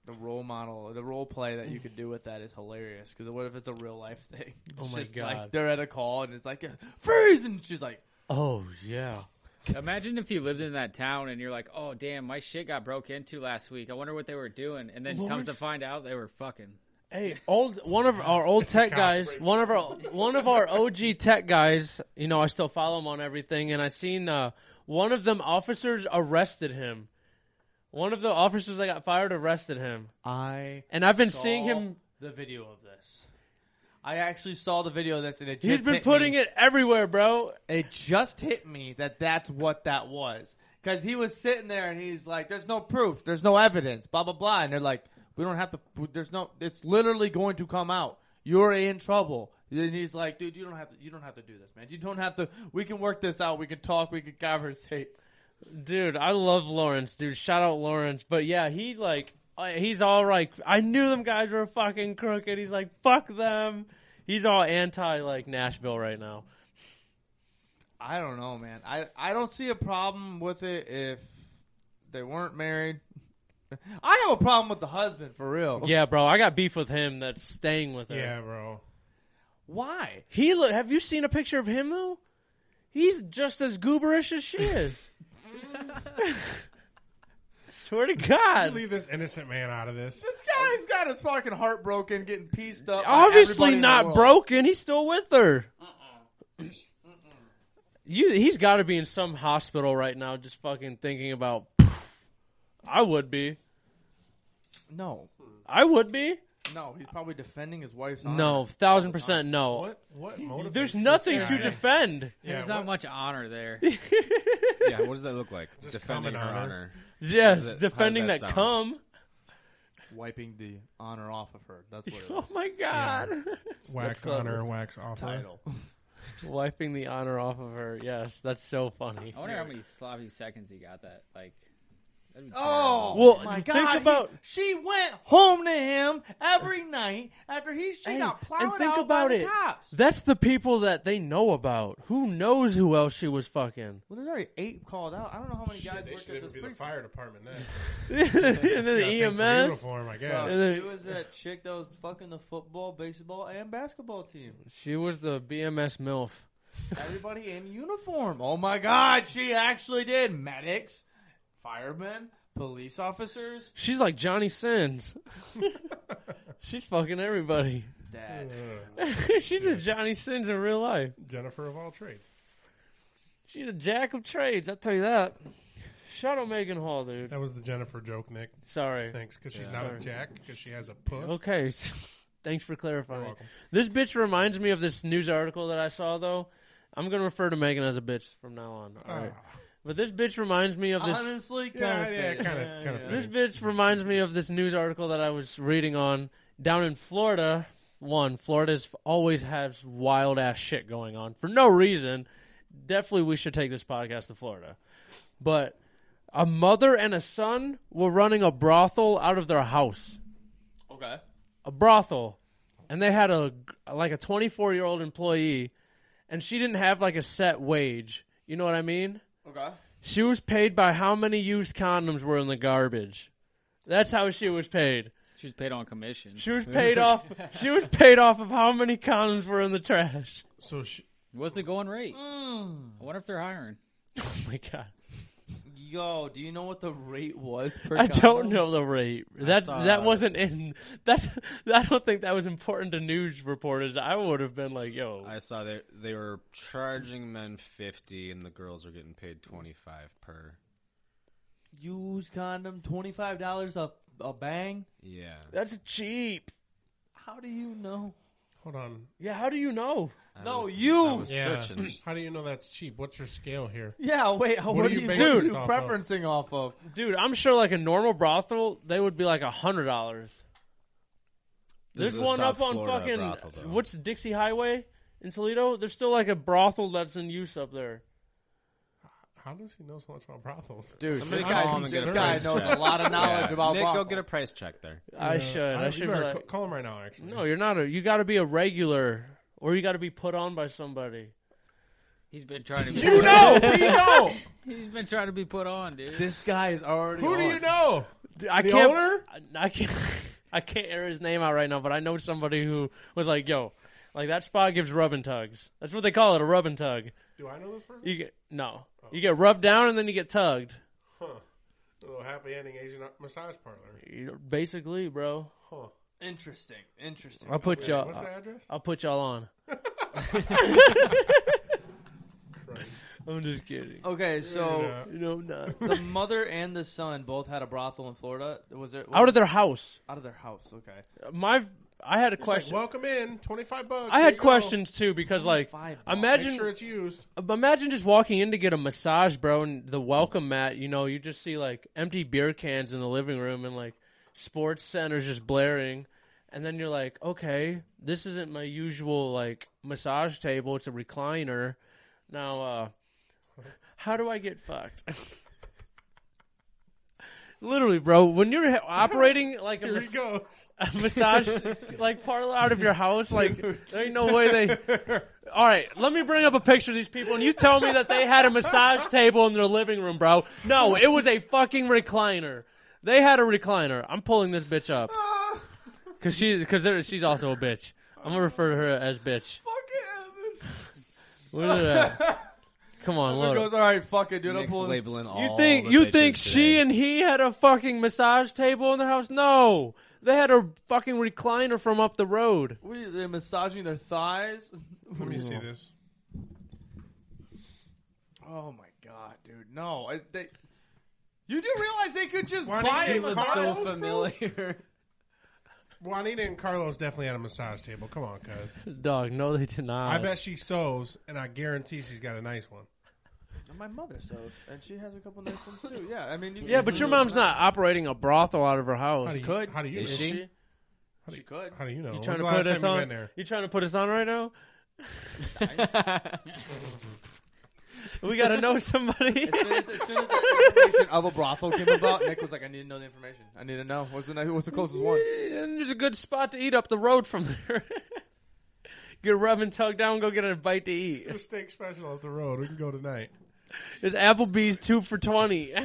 Speaker 1: the role model, the role play that you could do with that is hilarious. Because what if it's a real life thing? It's
Speaker 2: Oh my
Speaker 1: just Like
Speaker 2: God.
Speaker 1: they're at a call and it's like freeze, and she's like,
Speaker 2: Oh yeah.
Speaker 5: Imagine if you lived in that town and you're like, oh damn, my shit got broke into last week. I wonder what they were doing, and then comes to
Speaker 2: Lawrence-
Speaker 5: find out they were fucking.
Speaker 2: Hey, old one of our old tech
Speaker 4: cop
Speaker 2: guys,
Speaker 4: break.
Speaker 2: one of our one of our OG tech guys. You know, I still follow him on everything, and I seen uh, one of them officers arrested him. One of the officers that got fired arrested him,
Speaker 1: I
Speaker 2: and I've been
Speaker 1: saw
Speaker 2: seeing him.
Speaker 1: the video of this. I actually saw the video of this, and it just
Speaker 2: He's been
Speaker 1: hit
Speaker 2: putting
Speaker 1: me.
Speaker 2: it everywhere, bro.
Speaker 1: It just hit me that that's what that was. Because he was sitting there and he's like, "There's no proof. There's no evidence. Blah blah blah." And they're like, "We don't have to. There's no. It's literally going to come out. You're in trouble." And he's like, "Dude, you don't have to. You don't have to do this, man. You don't have to. We can work this out. We can talk. We can conversate."
Speaker 2: Dude, I love Lawrence, dude. Shout out Lawrence. But yeah, he like uh, he's all like I knew them guys were fucking crooked. He's like fuck them. He's all anti like Nashville right now.
Speaker 1: I don't know, man. I I don't see a problem with it if they weren't married. I have a problem with the husband for real.
Speaker 2: Yeah, bro. I got beef with him that's staying with her.
Speaker 4: Yeah, bro.
Speaker 1: Why?
Speaker 2: He look have you seen a picture of him though? He's just as gooberish as she is. Swear to God.
Speaker 4: Leave this innocent man out of this.
Speaker 1: This guy's got his fucking heart broken, getting pieced up. by everybody
Speaker 2: Obviously
Speaker 1: in the
Speaker 2: not
Speaker 1: world.
Speaker 2: broken. He's still with her. You, he's got to be in some hospital right now, just fucking thinking about. I would be.
Speaker 1: No,
Speaker 2: I would be.
Speaker 1: no, he's probably defending his wife's. Honor.
Speaker 2: No, thousand percent no.
Speaker 4: What? What? Motivates
Speaker 2: There's
Speaker 4: this
Speaker 2: nothing
Speaker 4: guy?
Speaker 2: to defend.
Speaker 4: Yeah,
Speaker 5: There's
Speaker 4: what-
Speaker 5: not much honor there.
Speaker 3: yeah, what does that look like?
Speaker 4: Just
Speaker 3: Defending her
Speaker 4: common honor.
Speaker 3: honor.
Speaker 2: Yes,
Speaker 3: that- how does
Speaker 2: defending
Speaker 3: that
Speaker 2: that, cum.
Speaker 3: sound?
Speaker 1: wiping the honor off of her. That's what it
Speaker 2: Oh
Speaker 1: was.
Speaker 2: my god.
Speaker 4: Wax
Speaker 1: That's
Speaker 4: honor, wax offer.
Speaker 1: Title.
Speaker 2: Wiping the honor off of her. Yes, that's so funny.
Speaker 5: I wonder how many sloppy seconds he got that. Like, that'd be
Speaker 1: Oh
Speaker 5: terrible.
Speaker 2: Well,
Speaker 1: my
Speaker 2: think
Speaker 1: God! he-
Speaker 2: about-
Speaker 1: she went home to him every night after he she
Speaker 2: Hey,
Speaker 1: got plowed
Speaker 2: and think
Speaker 1: out
Speaker 2: about
Speaker 1: by
Speaker 2: it.
Speaker 1: the cops.
Speaker 2: That's the people that they know about. Who knows who else she was fucking?
Speaker 1: Well, there's already eight called out. I don't know how many
Speaker 4: Shit,
Speaker 1: guys
Speaker 4: they
Speaker 1: worked
Speaker 4: should
Speaker 1: at
Speaker 4: even
Speaker 1: this
Speaker 4: be the
Speaker 1: precinct.
Speaker 4: fire department next.
Speaker 2: and then
Speaker 4: Gotta
Speaker 2: the E
Speaker 4: think for
Speaker 2: EMS.
Speaker 4: uniform, I
Speaker 1: Bro,
Speaker 4: guess.
Speaker 2: Uh,
Speaker 1: she was that chick that was fucking the football, baseball, and basketball team.
Speaker 2: She was the BMS MILF.
Speaker 1: Everybody in uniform. Oh my God, she actually did. Medics, firemen, police officers.
Speaker 2: She's like Johnny Sins. She's fucking everybody.
Speaker 1: That's
Speaker 4: Ugh.
Speaker 2: She's a Johnny Sins in real life.
Speaker 4: Jennifer of all trades.
Speaker 2: She's a jack of trades, I'll tell you that. Shout out Megan Hall, dude.
Speaker 4: That was the Jennifer joke, Nick.
Speaker 2: Sorry.
Speaker 4: Thanks, because she's not a jack, because she has a puss.
Speaker 2: Okay. Thanks for
Speaker 4: You're
Speaker 2: clarifying.
Speaker 4: welcome.
Speaker 2: This bitch reminds me of this news article that I saw though. I'm gonna refer to Megan as a bitch from now on. All right.
Speaker 4: Ah,
Speaker 2: But this bitch reminds me of this.
Speaker 1: Honestly,
Speaker 4: Yeah,
Speaker 1: kind of
Speaker 4: yeah, kinda- kinda fitting.
Speaker 2: This bitch reminds me of this news article that I was reading on down in Florida. One, Florida's always has wild ass shit going on for no reason. Definitely, we should take this podcast to Florida. But a mother and a son were running a brothel out of their house,
Speaker 1: Okay.
Speaker 2: a brothel, and they had a like a 24 year old employee, and she didn't have like a set wage. You know what I mean?
Speaker 1: Okay.
Speaker 2: She was paid by how many used condoms were in the garbage. That's how she was paid.
Speaker 5: She was paid on commission.
Speaker 2: She was paid off. She was paid off of how many condoms were in the trash.
Speaker 4: So she,
Speaker 5: What's the going rate?
Speaker 1: Mm.
Speaker 5: I wonder if they're hiring.
Speaker 2: Oh my god!
Speaker 1: Yo, do you know what the rate was per
Speaker 2: I don't
Speaker 1: condom?
Speaker 2: know the rate. That
Speaker 3: saw-
Speaker 2: that wasn't in that. I don't think that was important to news reporters. I would have been like, "Yo,
Speaker 3: I saw they they were charging men fifty, and the girls are getting paid twenty five per.
Speaker 1: Used condom, $25 a, a bang?
Speaker 3: Yeah,
Speaker 2: that's cheap."
Speaker 1: How do you know?
Speaker 4: hold on.
Speaker 2: Yeah, how do you know?
Speaker 3: I
Speaker 1: No,
Speaker 3: was-
Speaker 1: you-
Speaker 3: I was
Speaker 4: Yeah.
Speaker 3: searching.
Speaker 4: How do you know that's cheap? What's your scale here?
Speaker 1: Yeah, wait, what,
Speaker 4: are
Speaker 1: are
Speaker 4: you
Speaker 1: you,
Speaker 4: basing
Speaker 1: dude,
Speaker 4: this
Speaker 1: you
Speaker 4: off of?
Speaker 1: preferencing off of?
Speaker 2: Dude, I'm sure like a normal brothel, they would be like a hundred dollars. There's
Speaker 3: This is a
Speaker 2: one
Speaker 3: South
Speaker 2: up on
Speaker 3: Florida
Speaker 2: fucking
Speaker 3: brothel, though.
Speaker 2: what's Dixie Highway in Toledo. There's still like a brothel that's in use up there.
Speaker 4: How does he know so much about brothels?
Speaker 1: Dude,
Speaker 3: Somebody
Speaker 1: this
Speaker 3: call
Speaker 1: guy,
Speaker 3: him and
Speaker 1: this
Speaker 3: get a
Speaker 1: guy
Speaker 3: price
Speaker 1: knows
Speaker 3: check.
Speaker 1: a lot of knowledge
Speaker 3: Yeah.
Speaker 1: about
Speaker 3: Nick,
Speaker 1: brothels.
Speaker 3: go get a price check there.
Speaker 2: I should. I,
Speaker 4: you
Speaker 2: should. Be
Speaker 4: better
Speaker 2: like,
Speaker 4: ca- call him right now. Actually,
Speaker 2: no, you're not. A, you got to be a regular, or you got to be put on by somebody.
Speaker 5: He's been trying to be.
Speaker 4: you know, we know.
Speaker 5: He's been trying to be put on, dude.
Speaker 1: This guy is already.
Speaker 4: Who do
Speaker 1: on.
Speaker 4: you know?
Speaker 2: D- I
Speaker 4: The
Speaker 2: can't.
Speaker 4: owner?
Speaker 2: I, I can't. I can't air his name out right now, but I know somebody who was like, "Yo, like that spot gives rub and tugs. That's what they call it, a rub and tug.
Speaker 4: Do I know this person?
Speaker 2: You get no, you get rubbed down and then you get tugged.
Speaker 4: Huh. A little happy ending Asian massage parlor.
Speaker 2: You're- Basically, bro.
Speaker 4: Huh.
Speaker 1: Interesting, interesting.
Speaker 2: I'll put y'all.
Speaker 4: What's the address?
Speaker 2: I'll put y'all on. I'm just kidding.
Speaker 1: Okay, so
Speaker 4: Yeah.
Speaker 2: You know, not.
Speaker 1: the mother and the son both had a brothel in Florida. Was there
Speaker 2: out of their house.
Speaker 1: out of their house? Okay,
Speaker 2: My, I had a
Speaker 4: It's like,
Speaker 2: question.
Speaker 4: Welcome in. Twenty five bucks.
Speaker 2: I
Speaker 4: Here
Speaker 2: had
Speaker 4: you go.
Speaker 2: questions too because, like,
Speaker 1: Five bucks.
Speaker 2: imagine
Speaker 4: Make sure it's used.
Speaker 2: imagine just walking in to get a massage, bro, and the welcome mat. You know, you just see like empty beer cans in the living room and like sports centers just blaring, and then you're like, okay, this isn't my usual like massage table. It's a recliner. Now, uh, how do I get fucked? Literally, bro. When you're he- operating like a
Speaker 4: Here he
Speaker 2: mas-
Speaker 4: goes.
Speaker 2: a massage like parlor out of your house. Like there ain't no way they. All right, let me bring up a picture of these people, and you tell me that they had a massage table in their living room, bro. No, it was a fucking recliner. They had a recliner. I'm pulling this bitch up because she because she's also a bitch. I'm gonna refer to her as bitch. Look at that. Come on,
Speaker 1: There
Speaker 2: look.
Speaker 1: goes all right. Fuck it, dude. I'm
Speaker 3: Nick's
Speaker 1: pulling.
Speaker 3: labeling all.
Speaker 2: You think
Speaker 3: the
Speaker 2: you
Speaker 3: bitches
Speaker 2: think she
Speaker 3: today.
Speaker 2: and he had a fucking massage table in their house? No, they had a fucking recliner from up the road.
Speaker 1: What are they massaging their thighs?
Speaker 4: Let me see this.
Speaker 1: Oh my god, dude! No, I, they. You do realize they could just
Speaker 4: Why
Speaker 1: buy
Speaker 4: didn't
Speaker 1: a
Speaker 4: he look so
Speaker 1: massage.
Speaker 4: f-
Speaker 3: familiar.
Speaker 4: Juanita and Carlos definitely had a massage table. Come on, cuz.
Speaker 2: Dog, no, they did not.
Speaker 4: I bet she sews, and I guarantee she's got a nice one.
Speaker 1: My mother sews, and she has a couple nice ones too. Yeah, I mean, you
Speaker 2: Yeah, but your mom's not operating a brothel out of her house.
Speaker 4: How do you?
Speaker 1: Could.
Speaker 4: How do you?
Speaker 3: Is
Speaker 4: know?
Speaker 3: she?
Speaker 1: She could.
Speaker 4: How do you know?
Speaker 2: You
Speaker 4: When's
Speaker 2: trying
Speaker 4: the
Speaker 2: to
Speaker 4: last
Speaker 2: put us
Speaker 4: time you
Speaker 2: on?
Speaker 4: been there?
Speaker 2: You trying to put us on right now? we gotta know somebody.
Speaker 1: As soon as, as soon as the information of a brothel came about, Nick was like, "I need to know the information. I need to know what's the ne- what's the closest one."
Speaker 2: and there's a good spot to eat up the road from there. Get rub and tug down. Go get a bite to eat.
Speaker 4: The steak special off the road. We can go tonight.
Speaker 2: There's Applebee's two for twenty.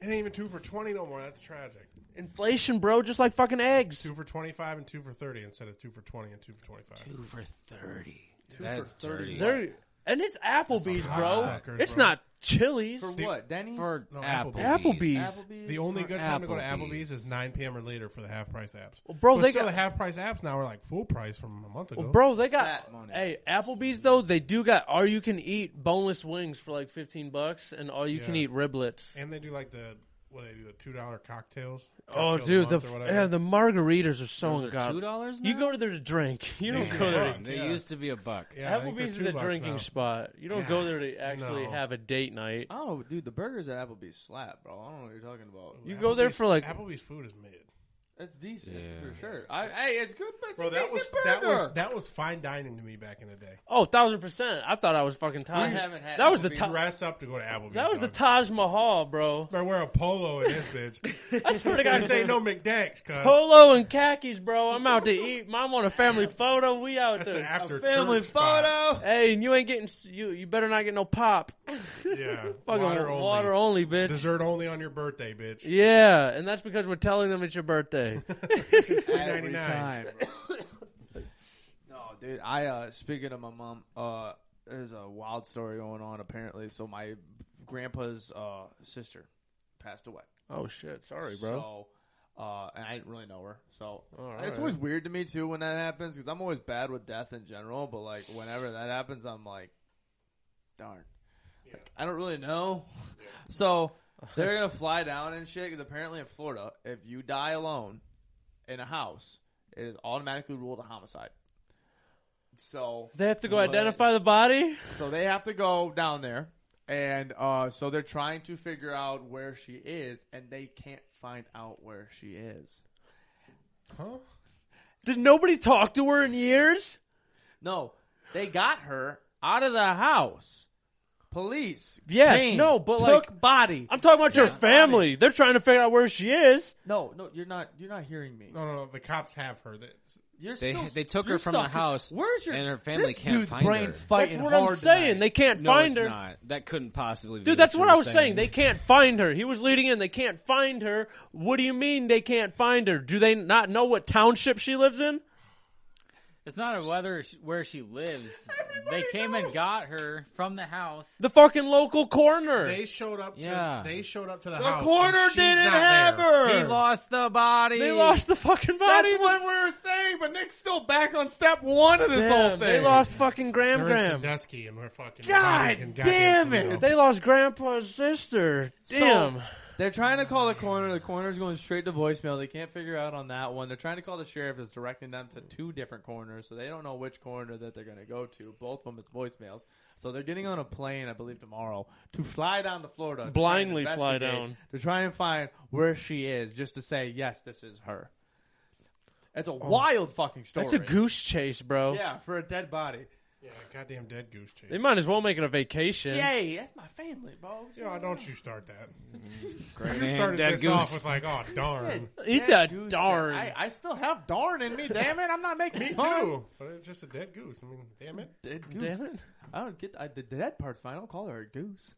Speaker 4: It ain't even two for twenty no more. That's tragic.
Speaker 2: Inflation, bro, just like fucking eggs.
Speaker 4: Two for twenty-five and two for thirty instead of two for twenty and two for twenty-five.
Speaker 3: Two for thirty. That's dirty.
Speaker 2: They're and it's Applebee's,
Speaker 4: That's
Speaker 2: bro.
Speaker 4: cocksuckers,
Speaker 2: it's
Speaker 4: bro.
Speaker 2: not Chili's.
Speaker 1: For what? Denny's.
Speaker 3: for
Speaker 4: No,
Speaker 3: Applebee's.
Speaker 2: Applebee's.
Speaker 1: Applebee's.
Speaker 4: The only
Speaker 3: For
Speaker 4: good time to go to
Speaker 3: Applebee's.
Speaker 4: Applebee's is nine p.m. or later for the half-price apps.
Speaker 2: Well, bro,
Speaker 4: but
Speaker 2: they
Speaker 4: still
Speaker 2: got-
Speaker 4: the half-price apps now are like full price from a month ago.
Speaker 2: Bro, they got
Speaker 1: Fat money.
Speaker 2: hey Applebee's though. They do got all you can eat boneless wings for like fifteen bucks, and all you can
Speaker 4: Yeah.
Speaker 2: eat riblets.
Speaker 4: and they do like the what do they do? The two dollar cocktails.
Speaker 2: Oh,
Speaker 4: Cocktails a
Speaker 2: dude, the
Speaker 4: month or whatever.
Speaker 2: yeah, the margaritas are so
Speaker 3: Those are two
Speaker 2: ungodly.
Speaker 3: dollars.
Speaker 2: You
Speaker 3: now?
Speaker 2: go to there to drink. You
Speaker 4: They
Speaker 2: don't
Speaker 4: are.
Speaker 2: go there. To,
Speaker 4: to-
Speaker 3: They
Speaker 4: Yeah.
Speaker 3: used to be a buck.
Speaker 4: Yeah, I think they're
Speaker 2: Applebee's
Speaker 4: two
Speaker 2: is a
Speaker 4: bucks
Speaker 2: drinking
Speaker 4: now.
Speaker 2: spot. You don't go there to actually
Speaker 4: no.
Speaker 2: have a date night.
Speaker 1: Oh, dude, the burgers at Applebee's slap, bro. I don't know what you're talking about.
Speaker 2: You go there
Speaker 4: Applebee's-
Speaker 2: for, like-
Speaker 4: Applebee's food is mid.
Speaker 1: It's decent
Speaker 3: Yeah.
Speaker 1: for sure. I, hey, it's good, but it's
Speaker 4: Bro,
Speaker 1: a
Speaker 4: that
Speaker 1: decent
Speaker 4: was
Speaker 1: burger.
Speaker 4: that was that was fine dining to me back in the day.
Speaker 2: Oh, thousand percent. I thought I was fucking Taj.
Speaker 1: haven't had
Speaker 2: that was the
Speaker 1: Applebee's
Speaker 2: Taj.
Speaker 4: Dress up to go to Applebee's.
Speaker 2: That was the
Speaker 4: dog.
Speaker 2: Taj Mahal, bro.
Speaker 4: I wear a polo in this bitch.
Speaker 2: I swear to God,
Speaker 4: this ain't no McDecks, cuz.
Speaker 2: polo and khakis, bro. I'm out to eat. Mom want a family photo. We out
Speaker 4: That's
Speaker 2: there.
Speaker 4: the after
Speaker 1: family
Speaker 4: church spot.
Speaker 1: photo.
Speaker 2: hey, and you ain't getting s- you. You better not get no pop.
Speaker 4: Yeah,
Speaker 2: Fucking water only, bitch.
Speaker 4: Dessert only on your birthday, bitch.
Speaker 2: yeah, and that's because we're telling them it's your birthday.
Speaker 4: It's three ninety
Speaker 1: Every
Speaker 4: nine.
Speaker 1: time. bro. no, dude. I uh, speaking of my mom, uh, there's a wild story going on apparently. So my grandpa's uh, sister passed away.
Speaker 2: oh shit, sorry, bro.
Speaker 1: So, uh, and I didn't really know her. So
Speaker 2: All
Speaker 1: it's
Speaker 2: right.
Speaker 1: always weird to me too when that happens because I'm always bad with death in general. But like whenever that happens, I'm like, darn. Like, I don't really know. So they're gonna fly down and shit. 'cause apparently in Florida, if you die alone in a house, it is automatically ruled a homicide. So
Speaker 2: they have to go
Speaker 1: What?
Speaker 2: identify the body.
Speaker 1: so they have to go down there, and uh, so they're trying to figure out where she is, and they can't find out where she is.
Speaker 4: Huh?
Speaker 2: Did nobody talk to her in years?
Speaker 1: No, they got her out of the house. Police.
Speaker 2: Yes,
Speaker 1: came,
Speaker 2: no, but,
Speaker 1: took
Speaker 2: like-
Speaker 1: body.
Speaker 2: I'm talking about your
Speaker 1: Yeah.
Speaker 2: family. They're trying to figure out where she is.
Speaker 1: No, no, you're not. You're not hearing me.
Speaker 4: No, no, no. The cops have her. That's-
Speaker 1: You're
Speaker 3: They-
Speaker 1: still,
Speaker 3: they took her
Speaker 1: you're
Speaker 3: from the
Speaker 1: stuck-
Speaker 3: house,
Speaker 1: Where's your
Speaker 3: and her family
Speaker 1: this
Speaker 3: can't
Speaker 1: dude's
Speaker 3: find her.
Speaker 1: brain's
Speaker 2: That's
Speaker 1: fighting
Speaker 2: what
Speaker 1: hard
Speaker 2: I'm saying.
Speaker 1: tonight.
Speaker 2: They can't
Speaker 3: No,
Speaker 2: find
Speaker 3: it's
Speaker 2: her.
Speaker 3: not. That couldn't possibly. be
Speaker 2: Dude, that's what
Speaker 3: you
Speaker 2: I
Speaker 3: were
Speaker 2: was saying. They can't find her. He was leading in. They can't find her. What do you mean they can't find her? Do they not know what township she lives in?
Speaker 5: It's not a whether sh- where she lives. they came and got her from the house.
Speaker 2: The fucking local coroner.
Speaker 4: They showed up. To,
Speaker 3: Yeah.
Speaker 4: They showed up to the,
Speaker 1: The
Speaker 4: house. and
Speaker 1: corner
Speaker 4: she's
Speaker 1: didn't
Speaker 4: not
Speaker 1: have
Speaker 4: there.
Speaker 1: her.
Speaker 5: He lost the body.
Speaker 2: They lost the fucking body.
Speaker 1: That's what we're saying, but Nick's still back on step one of this
Speaker 2: Damn,
Speaker 1: whole thing.
Speaker 2: They lost fucking Graham
Speaker 4: They're in
Speaker 2: Graham.
Speaker 4: Sandusky and we're fucking.
Speaker 1: God
Speaker 4: bodies and
Speaker 1: damn
Speaker 4: goddamn
Speaker 1: it.
Speaker 4: Toledo.
Speaker 2: They lost Grandpa's sister.
Speaker 1: So,
Speaker 2: Damn.
Speaker 1: They're trying to call the coroner. The coroner's going straight to voicemail. They can't figure out on that one. They're trying to call the sheriff. It's directing them to two different coroners, so they don't know which coroner that they're going to go to. Both of them, it's voicemails. So they're getting on a plane, I believe, tomorrow to fly down to Florida. to try and
Speaker 2: Blindly fly
Speaker 1: investigate,
Speaker 2: down.
Speaker 1: To try and find where she is, just to say, yes, this is her. It's a wild fucking story.
Speaker 2: That's a goose chase, bro.
Speaker 1: Yeah, for a dead body.
Speaker 4: Yeah, goddamn dead goose chase.
Speaker 2: They might as well make it a vacation.
Speaker 1: Jay, that's my family, bro.
Speaker 4: Yeah, don't you start that.
Speaker 3: Great
Speaker 4: You started
Speaker 3: dead
Speaker 4: this
Speaker 3: goose.
Speaker 4: off with like, oh darn.
Speaker 2: It's
Speaker 1: Dead
Speaker 2: a
Speaker 1: goose.
Speaker 2: darn.
Speaker 1: I, I still have darn in me. Damn it, I'm not making
Speaker 4: Me
Speaker 1: fun.
Speaker 4: too. But it's just a dead goose. I mean, damn it.
Speaker 1: Dead goose.
Speaker 2: Damn it.
Speaker 1: I don't get I, the dead part's fine. I don't call her a goose.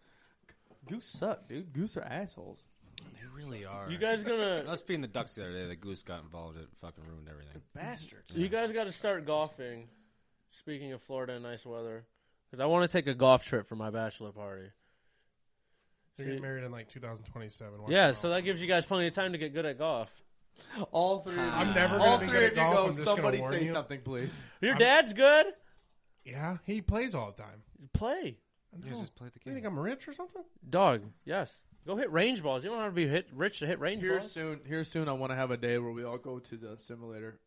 Speaker 1: Goose suck, dude. Goose are assholes.
Speaker 3: They really are.
Speaker 2: You guys gonna?
Speaker 3: Us feeding the ducks the other day, the goose got involved. It fucking ruined everything.
Speaker 1: Bastards.
Speaker 2: You guys got to start golfing. Speaking of Florida and nice weather, because I want to take a golf trip for my bachelor party.
Speaker 4: You're getting married in like 2027. Watch
Speaker 2: Yeah,
Speaker 4: out.
Speaker 2: so that gives you guys plenty of time to get good at golf.
Speaker 1: All three of you.
Speaker 4: I'm never
Speaker 1: all
Speaker 4: gonna be
Speaker 1: three
Speaker 4: good
Speaker 1: of
Speaker 4: at
Speaker 1: you
Speaker 4: golf.
Speaker 1: go.
Speaker 4: I'm just gonna
Speaker 1: Somebody
Speaker 4: warn
Speaker 1: say
Speaker 4: you.
Speaker 1: something, please.
Speaker 2: Your dad's good.
Speaker 4: Yeah, he plays all the time.
Speaker 2: Play,
Speaker 4: I
Speaker 3: Yeah,
Speaker 4: know.
Speaker 3: just play the
Speaker 4: you think
Speaker 3: game.
Speaker 4: I'm rich or something?
Speaker 2: dog. Yes, go hit range balls. You don't have to be hit rich to hit range
Speaker 1: Here
Speaker 2: balls.
Speaker 1: soon, here soon, I want to have a day where we all go to the simulator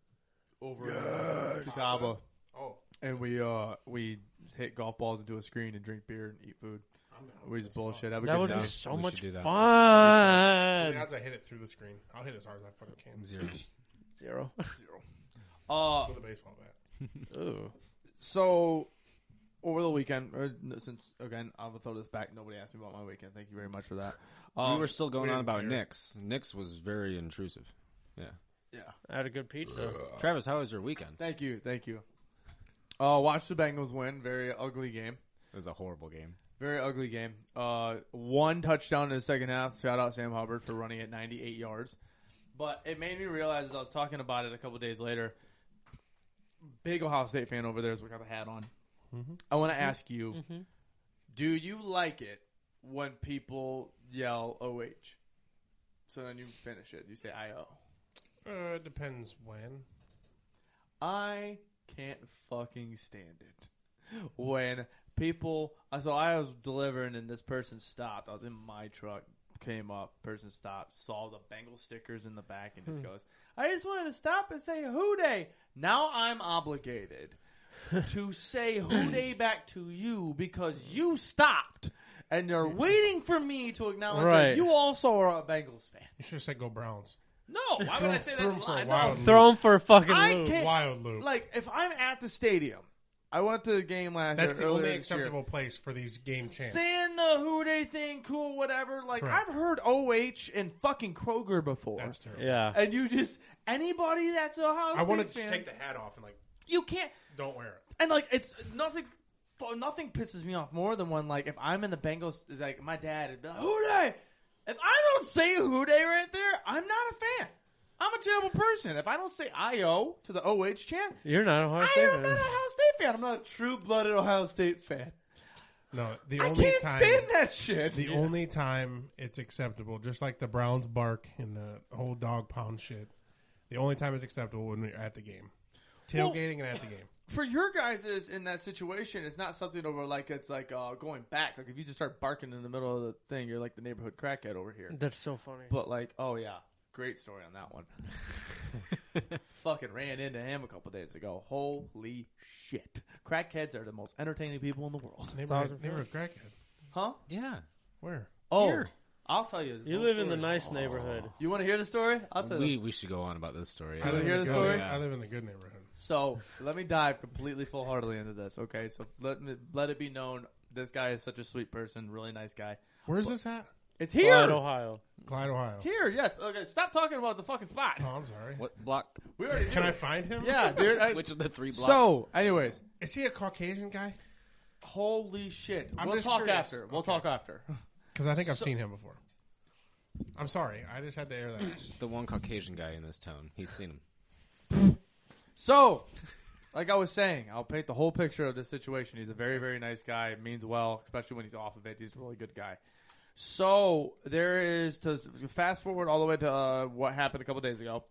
Speaker 1: over in Catawba,
Speaker 4: Oh,
Speaker 1: and we uh we hit golf balls into a screen and drink beer and eat food. We just bullshit. Have a
Speaker 2: That
Speaker 1: good
Speaker 2: would be
Speaker 1: time.
Speaker 2: so
Speaker 3: We
Speaker 2: much
Speaker 3: should do that.
Speaker 2: fun.
Speaker 4: the odds I hit it through the screen. I'll hit it as hard as I fucking can
Speaker 3: Zero.
Speaker 2: Zero.
Speaker 1: Uh,
Speaker 4: with a baseball bat.
Speaker 2: Ooh.
Speaker 1: so over the weekend, or n- since again, I'm gonna throw this back. Nobody asked me about my weekend. Thank you very much for that. Um,
Speaker 3: we were still going
Speaker 4: we
Speaker 3: on
Speaker 4: didn't
Speaker 3: about
Speaker 4: care.
Speaker 3: Nick's. Nick's was very intrusive. Yeah.
Speaker 1: yeah.
Speaker 2: I had a good pizza.
Speaker 3: Travis, how was your weekend?
Speaker 1: Thank you, thank you. Uh, watch the Bengals win. Very ugly game.
Speaker 3: It was a horrible game.
Speaker 1: Very ugly game. Uh, one touchdown in the second half. Shout out Sam Hubbard for running at 98 yards. But it made me realize as I was talking about it a couple days later. Big Ohio State fan over there is what got the hat on. I want to ask you: Do you like it when people yell "oh"? So then you finish it. You say "io."
Speaker 4: Uh, it depends when.
Speaker 1: I can't fucking stand it when people. So I was delivering and this person stopped. I was in my truck came up, person stopped, saw the Bengal stickers in the back, and
Speaker 4: Hmm.
Speaker 1: just goes, "I just wanted to stop and say who day." Now I'm obligated to say who day back to you because you stopped and you're waiting for me to acknowledge that
Speaker 2: Right.
Speaker 1: you also are a Bengals fan.
Speaker 4: You should have said go Browns.
Speaker 1: No, why would I say that?
Speaker 4: Threw him
Speaker 1: in
Speaker 4: for a
Speaker 1: line?
Speaker 4: wild
Speaker 1: No,
Speaker 4: loop.
Speaker 2: Throw him for a fucking
Speaker 1: I
Speaker 2: loop.
Speaker 1: can't-
Speaker 4: Wild loop.
Speaker 1: like if I'm at the stadium, I went to the game last year.
Speaker 4: That's the
Speaker 1: earlier
Speaker 4: only
Speaker 1: this year.
Speaker 4: acceptable place for these game chants.
Speaker 1: Saying the who they thing, cool, whatever. Like
Speaker 4: Correct.
Speaker 1: I've heard OH and fucking Kroger before.
Speaker 4: That's terrible.
Speaker 2: Yeah.
Speaker 1: and you just anybody that's a Ohio
Speaker 4: I want to
Speaker 1: State fan,
Speaker 4: just take the hat off and like
Speaker 1: you can't.
Speaker 4: don't wear it.
Speaker 1: And like it's nothing. Nothing pisses me off more than when like if I'm in the Bengals, like my dad, would be like, who they? If I don't say who they right there, I'm not a fan. I'm a terrible person. If I don't say IO to the OH chant,
Speaker 2: You're not a hard
Speaker 1: I am not an Ohio State fan. I'm not a true blooded Ohio State fan.
Speaker 4: No, the
Speaker 1: I
Speaker 4: only
Speaker 1: can't
Speaker 4: time
Speaker 1: stand that shit.
Speaker 4: the only time it's acceptable, just like the Browns bark and the whole dog pound shit. The only time it's acceptable when you're at the game, tailgating and at the game.
Speaker 1: For your guys is in that situation, it's not something over like it's like uh, going back. Like if you just start barking in the middle of the thing, you're like the neighborhood crackhead over here.
Speaker 2: That's so funny.
Speaker 1: But like, oh yeah, great story on that one. Fucking ran into him a couple days ago. Holy shit! Crackheads are the most entertaining people in the world,
Speaker 4: Neighborhood,
Speaker 2: Thousand
Speaker 4: neighborhood crackhead.
Speaker 1: huh?
Speaker 3: Yeah.
Speaker 4: Where?
Speaker 1: Oh,
Speaker 3: Here.
Speaker 1: I'll tell you. this
Speaker 2: You
Speaker 1: whole
Speaker 2: live in the
Speaker 1: story.
Speaker 2: nice neighborhood.
Speaker 1: You want to hear the story? I'll tell
Speaker 3: We
Speaker 1: you.
Speaker 3: we should go on about this story.
Speaker 1: I
Speaker 4: live
Speaker 1: don't
Speaker 4: in
Speaker 1: hear
Speaker 4: the
Speaker 1: the
Speaker 4: good-
Speaker 1: story?
Speaker 4: I live in the good neighborhood.
Speaker 1: So let me dive completely full heartedly into this. Okay, so let me, let it be known, this guy is such a sweet person, really nice guy.
Speaker 4: Where's this hat?
Speaker 1: It's
Speaker 2: Clyde,
Speaker 1: here.
Speaker 2: Ohio.
Speaker 4: Clyde, Ohio.
Speaker 1: Here, yes. Okay, stop talking about the fucking spot.
Speaker 4: Oh, I'm sorry.
Speaker 3: What block?
Speaker 1: We already
Speaker 4: Can
Speaker 1: did
Speaker 4: I
Speaker 1: it.
Speaker 4: find him?
Speaker 1: Yeah, dude. I,
Speaker 3: Which of the three blocks?
Speaker 1: so, anyways,
Speaker 4: Is he a Caucasian guy?
Speaker 1: holy shit.
Speaker 4: I'm
Speaker 1: we'll
Speaker 4: just
Speaker 1: talk
Speaker 4: curious.
Speaker 1: after. We'll
Speaker 4: Okay.
Speaker 1: talk after.
Speaker 4: Because I think I've seen him before. I'm sorry. I just had to air that. out.
Speaker 3: the one Caucasian guy in this town. He's seen him.
Speaker 1: So, like I was saying, I'll paint the whole picture of this situation. He's a very, very nice guy. Means well, especially when he's off of it. He's a really good guy. So there is to fast forward all the way to uh, what happened a couple days ago.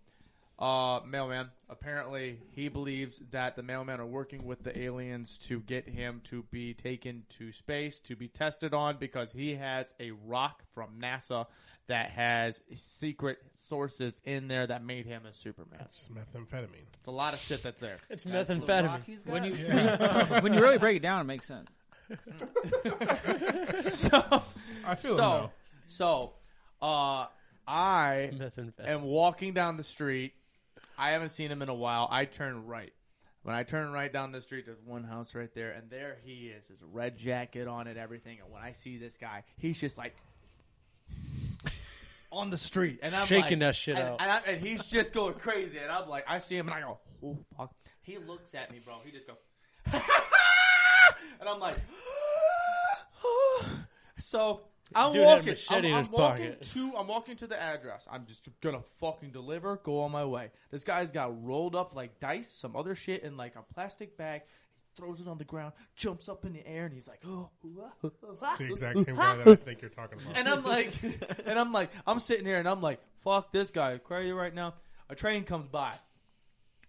Speaker 1: Uh, mailman. Apparently, he believes that the mailmen are working with the aliens to get him to be taken to space to be tested on because he has a rock from NASA that has secret sources in there that made him a Superman.
Speaker 4: It's methamphetamine.
Speaker 1: It's a lot of shit that's there.
Speaker 2: It's methamphetamine.
Speaker 5: When you when you really break it down, it makes sense.
Speaker 1: so,
Speaker 4: I feel him
Speaker 1: so,
Speaker 4: now.
Speaker 1: so, uh, I
Speaker 2: Methamphetamine.
Speaker 1: am walking down the street. I haven't seen him in a while. I turn right. When I turn right down the street, there's one house right there, and there he is, his red jacket on it, everything. And when I see this guy, he's just like on the street, and I'm
Speaker 2: Shaking
Speaker 1: like-
Speaker 2: that shit
Speaker 1: and,
Speaker 2: out.
Speaker 1: and, I, and he's just going crazy. And I'm like, I see him, and I go, "Oh fuck!" He looks at me, bro. He just goes, and I'm like, so I'm
Speaker 2: Dude had a
Speaker 1: walking. I'm,
Speaker 2: machete in
Speaker 1: I'm
Speaker 2: his
Speaker 1: walking
Speaker 2: pocket.
Speaker 1: to. I'm walking to the address. I'm just gonna fucking deliver. Go on my way. This guy's got rolled up like dice, some other shit in like a plastic bag. He throws it on the ground, jumps up in the air, and he's like, oh, ooh, ah, ooh, ah,
Speaker 4: It's the
Speaker 1: ooh,
Speaker 4: exact
Speaker 1: ooh,
Speaker 4: same
Speaker 1: ah,
Speaker 4: guy that I think you're talking about.
Speaker 1: and I'm like, and I'm like, I'm sitting here and I'm like, fuck this guy, crazy right now. A train comes by.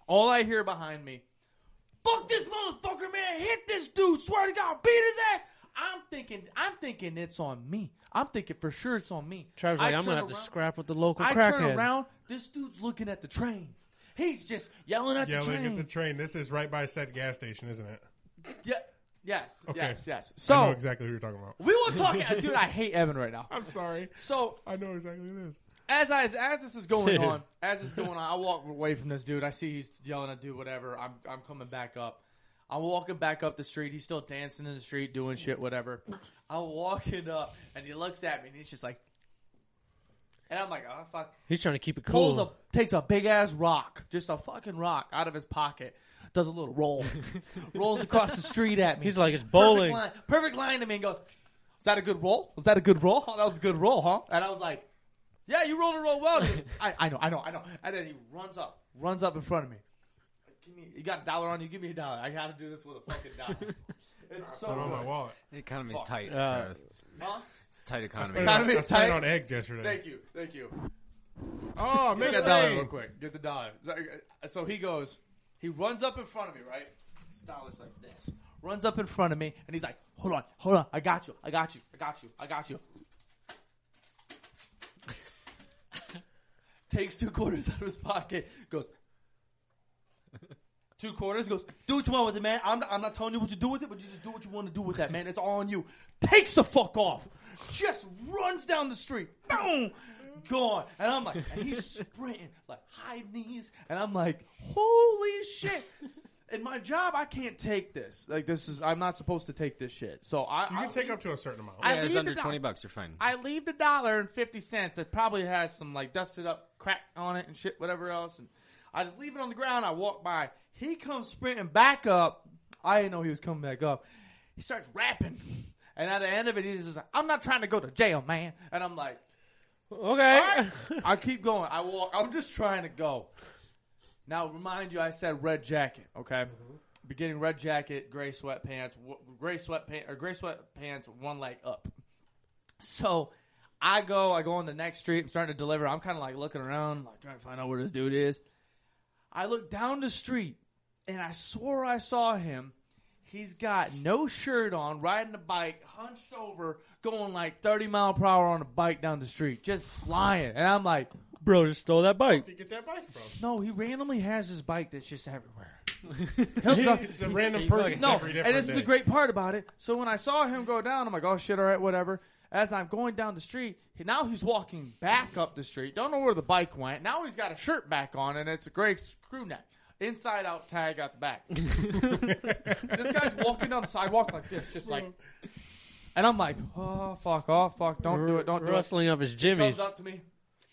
Speaker 1: All I hear behind me, fuck this motherfucker, man, hit this dude, swear to God, beat his ass. I'm thinking, I'm thinking it's on me. I'm thinking for sure it's on me.
Speaker 2: Travis, like,
Speaker 1: I
Speaker 2: I'm gonna
Speaker 1: turn
Speaker 2: have to
Speaker 1: around-
Speaker 2: scrap with the local
Speaker 1: I
Speaker 2: crackhead.
Speaker 1: turn around, this dude's looking at the train. He's just yelling at the
Speaker 4: Yelling
Speaker 1: train.
Speaker 4: at the train. This is right by said gas station, isn't it?
Speaker 1: yeah, yes,
Speaker 4: Okay.
Speaker 1: yes, yes.
Speaker 4: I
Speaker 1: So
Speaker 4: know exactly who you're talking about.
Speaker 1: we will talk. Dude, I hate Evan right now.
Speaker 4: I'm sorry.
Speaker 1: So
Speaker 4: I know exactly who it is.
Speaker 1: as I, as this is going
Speaker 2: Dude.
Speaker 1: on, as this is going on, I walk away from this dude. I see he's yelling at dude, whatever. I'm I'm coming back up. I'm walking back up the street. He's still dancing in the street, doing shit, whatever. I'm walking up, and he looks at me, and he's just like, and I'm like, oh fuck.
Speaker 2: He's trying to keep it
Speaker 1: Pulls
Speaker 2: cool.
Speaker 1: a takes a big ass rock, just a fucking rock, out of his pocket. Does a little roll, rolls across the street at me.
Speaker 2: He's like, it's
Speaker 1: Perfect
Speaker 2: bowling.
Speaker 1: line, perfect line to me, and goes, "Was that a good roll? Was that a good roll? Oh, that was a good roll, huh?" And I was like, yeah, you rolled a roll well. dude." I, I know, I know, I know. And then he runs up, runs up in front of me. Like, Give me, you got a dollar on you? Give me a dollar. I got to do this with a fucking dollar. It's so
Speaker 4: Put it on my
Speaker 1: good.
Speaker 4: wallet.
Speaker 3: The economy's tight.
Speaker 2: Uh,
Speaker 3: Travis.
Speaker 1: Huh?
Speaker 3: It's a tight
Speaker 4: Put
Speaker 3: economy.
Speaker 4: it on,
Speaker 1: Economy's
Speaker 4: I spent it
Speaker 1: tight.
Speaker 4: on eggs yesterday.
Speaker 1: Thank you, thank you.
Speaker 4: Oh,
Speaker 1: Get
Speaker 4: make
Speaker 1: that
Speaker 4: a
Speaker 1: dollar real
Speaker 4: dollar.
Speaker 1: quick. Get the dollar. So, uh, So he goes, he runs up in front of me, right? This dollar's like this. Runs up in front of me, and he's like, "Hold on, hold on, I got you, I got you, I got you, I got you." takes two quarters out of his pocket, goes two quarters, goes do what you want with it, man. I'm not, I'm not telling you what to do with it, but you just do what you want to do with that, man. It's all on you. Takes the fuck off, just runs down the street, boom, gone. And I'm like, and he's sprinting like high knees, and I'm like, holy shit. In my job, I can't take this. Like this is, I'm not supposed to take this shit. So I
Speaker 4: You
Speaker 1: I-
Speaker 4: can take up to a certain amount.
Speaker 1: I
Speaker 3: Yeah, it's
Speaker 1: leave
Speaker 3: under
Speaker 1: it out.
Speaker 3: twenty bucks. You're fine.
Speaker 1: I leave the dollar and fifty cents. It probably has some like dusted up crack on it and shit, whatever else. And I just leave it on the ground. I walk by. He comes sprinting back up. I didn't know he was coming back up. He starts rapping, and at the end of it, he's just like, "I'm not trying to go to jail, man." And I'm like,
Speaker 2: Okay.
Speaker 1: "Alright." I keep going. I walk. I'm just trying to go. Now, remind you, I said red jacket. Okay, beginning red jacket, gray sweatpants, w- gray sweatpants or gray sweatpants, one leg up. So I go, I go on the next street. I'm starting to deliver. I'm kind of like looking around, like trying to find out where this dude is. I look down the street, and I swore I saw him. He's got no shirt on, riding a bike, hunched over, going like 30 mile per hour on a bike down the street, just flying. And I'm like,
Speaker 2: Bro just stole that
Speaker 4: Where'd
Speaker 2: bike.
Speaker 4: you get that bike from?
Speaker 1: no, he randomly has his bike that's just everywhere.
Speaker 4: It's a random person.
Speaker 1: No,
Speaker 4: every
Speaker 1: and
Speaker 4: different
Speaker 1: this is the
Speaker 4: day.
Speaker 1: great part about it. So when I saw him go down, I'm like, oh shit, all right, whatever. As I'm going down the street, he- now he's walking back up the street. Don't know where the bike went. Now he's got a shirt back on, and it's a gray crew neck, inside out tag out the back. this guy's walking down the sidewalk like this, just like, and I'm like, oh fuck, oh fuck, don't do it, don't do it.
Speaker 2: Rustling up his
Speaker 1: Comes
Speaker 2: jimmies.
Speaker 1: up to me,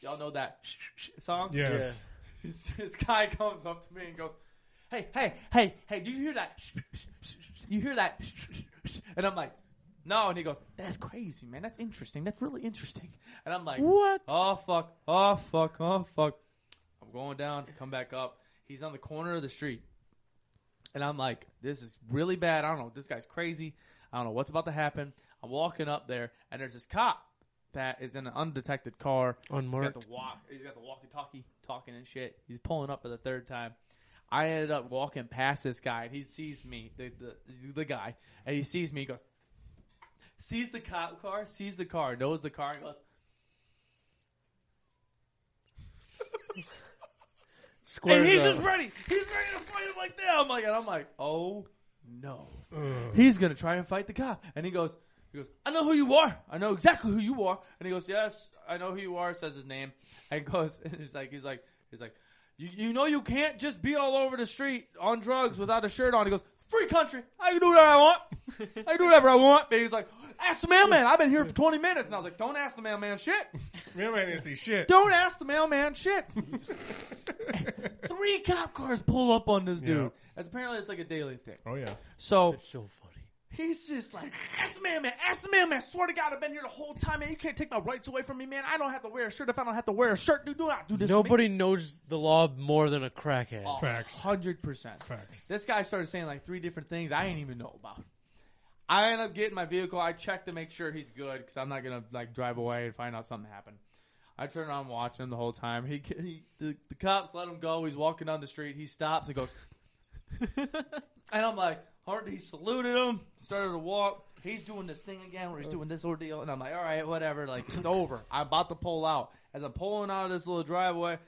Speaker 1: y'all know that song.
Speaker 4: Yes.
Speaker 1: this guy comes up to me and goes, "Hey, hey, hey, hey! Do you hear that? You hear that?" And I'm like, "No." And he goes, "That's crazy, man. That's interesting. That's really interesting." And I'm like,
Speaker 2: What?
Speaker 1: Oh fuck! Oh fuck! Oh fuck! I'm going down. Come back up. He's on the corner of the street, and I'm like, "This is really bad. I don't know. This guy's crazy. I don't know what's about to happen." I'm walking up there, and there's this cop that is in an undetected car. He's
Speaker 2: Unmarked.
Speaker 1: got the walk. He's got the walkie-talkie talking and shit. He's pulling up for the third time. I ended up walking past this guy, and he sees me, the the, the guy, and he sees me. He goes, sees the cop car, sees the car, knows the car, and goes.
Speaker 2: Squares uh,
Speaker 1: and he's
Speaker 2: up.
Speaker 1: just ready. He's ready to fight him like that. I'm like, and I'm like, oh no,
Speaker 4: Ugh.
Speaker 1: he's gonna try and fight the cop. And he goes, he goes, I know who you are. I know exactly who you are. And he goes, yes, I know who you are. Says his name, and goes, and he's like, he's like, he's like, you, you know you can't just be all over the street on drugs without a shirt on. He goes. Free country. I can do whatever I want. I can do whatever I want. And he's like, ask the mailman. I've been here for 20 minutes. And I was like, don't ask the mailman shit.
Speaker 4: Mailman didn't see shit.
Speaker 1: Don't ask the mailman shit. Three cop cars pull up on this dude.
Speaker 4: Yeah.
Speaker 1: That's apparently it's like a daily thing.
Speaker 4: Oh yeah.
Speaker 1: So
Speaker 2: It's so funny.
Speaker 1: he's just like, ask the mailman, ask the mailman. Swear to God, I've been here the whole time, man. You can't take my rights away from me, man. I don't have to wear a shirt if I don't have to wear a shirt. Dude, do not do this. Oh,
Speaker 2: Nobody knows the law more than a crackhead.
Speaker 4: Facts.
Speaker 1: hundred percent.
Speaker 4: Facts.
Speaker 1: This guy started saying like three different things I didn't even know about. I end up getting my vehicle. I check to make sure he's good because I'm not gonna like drive away and find out something happened. I turn around, and watch him the whole time. He, he the, the cops let him go. He's walking down the street. He stops and goes, and I'm like, hard. He saluted him, started to walk. He's doing this thing again where he's doing this ordeal, and I'm like, all right, whatever. Like it's over. I'm about to pull out. As I'm pulling out of this little driveway,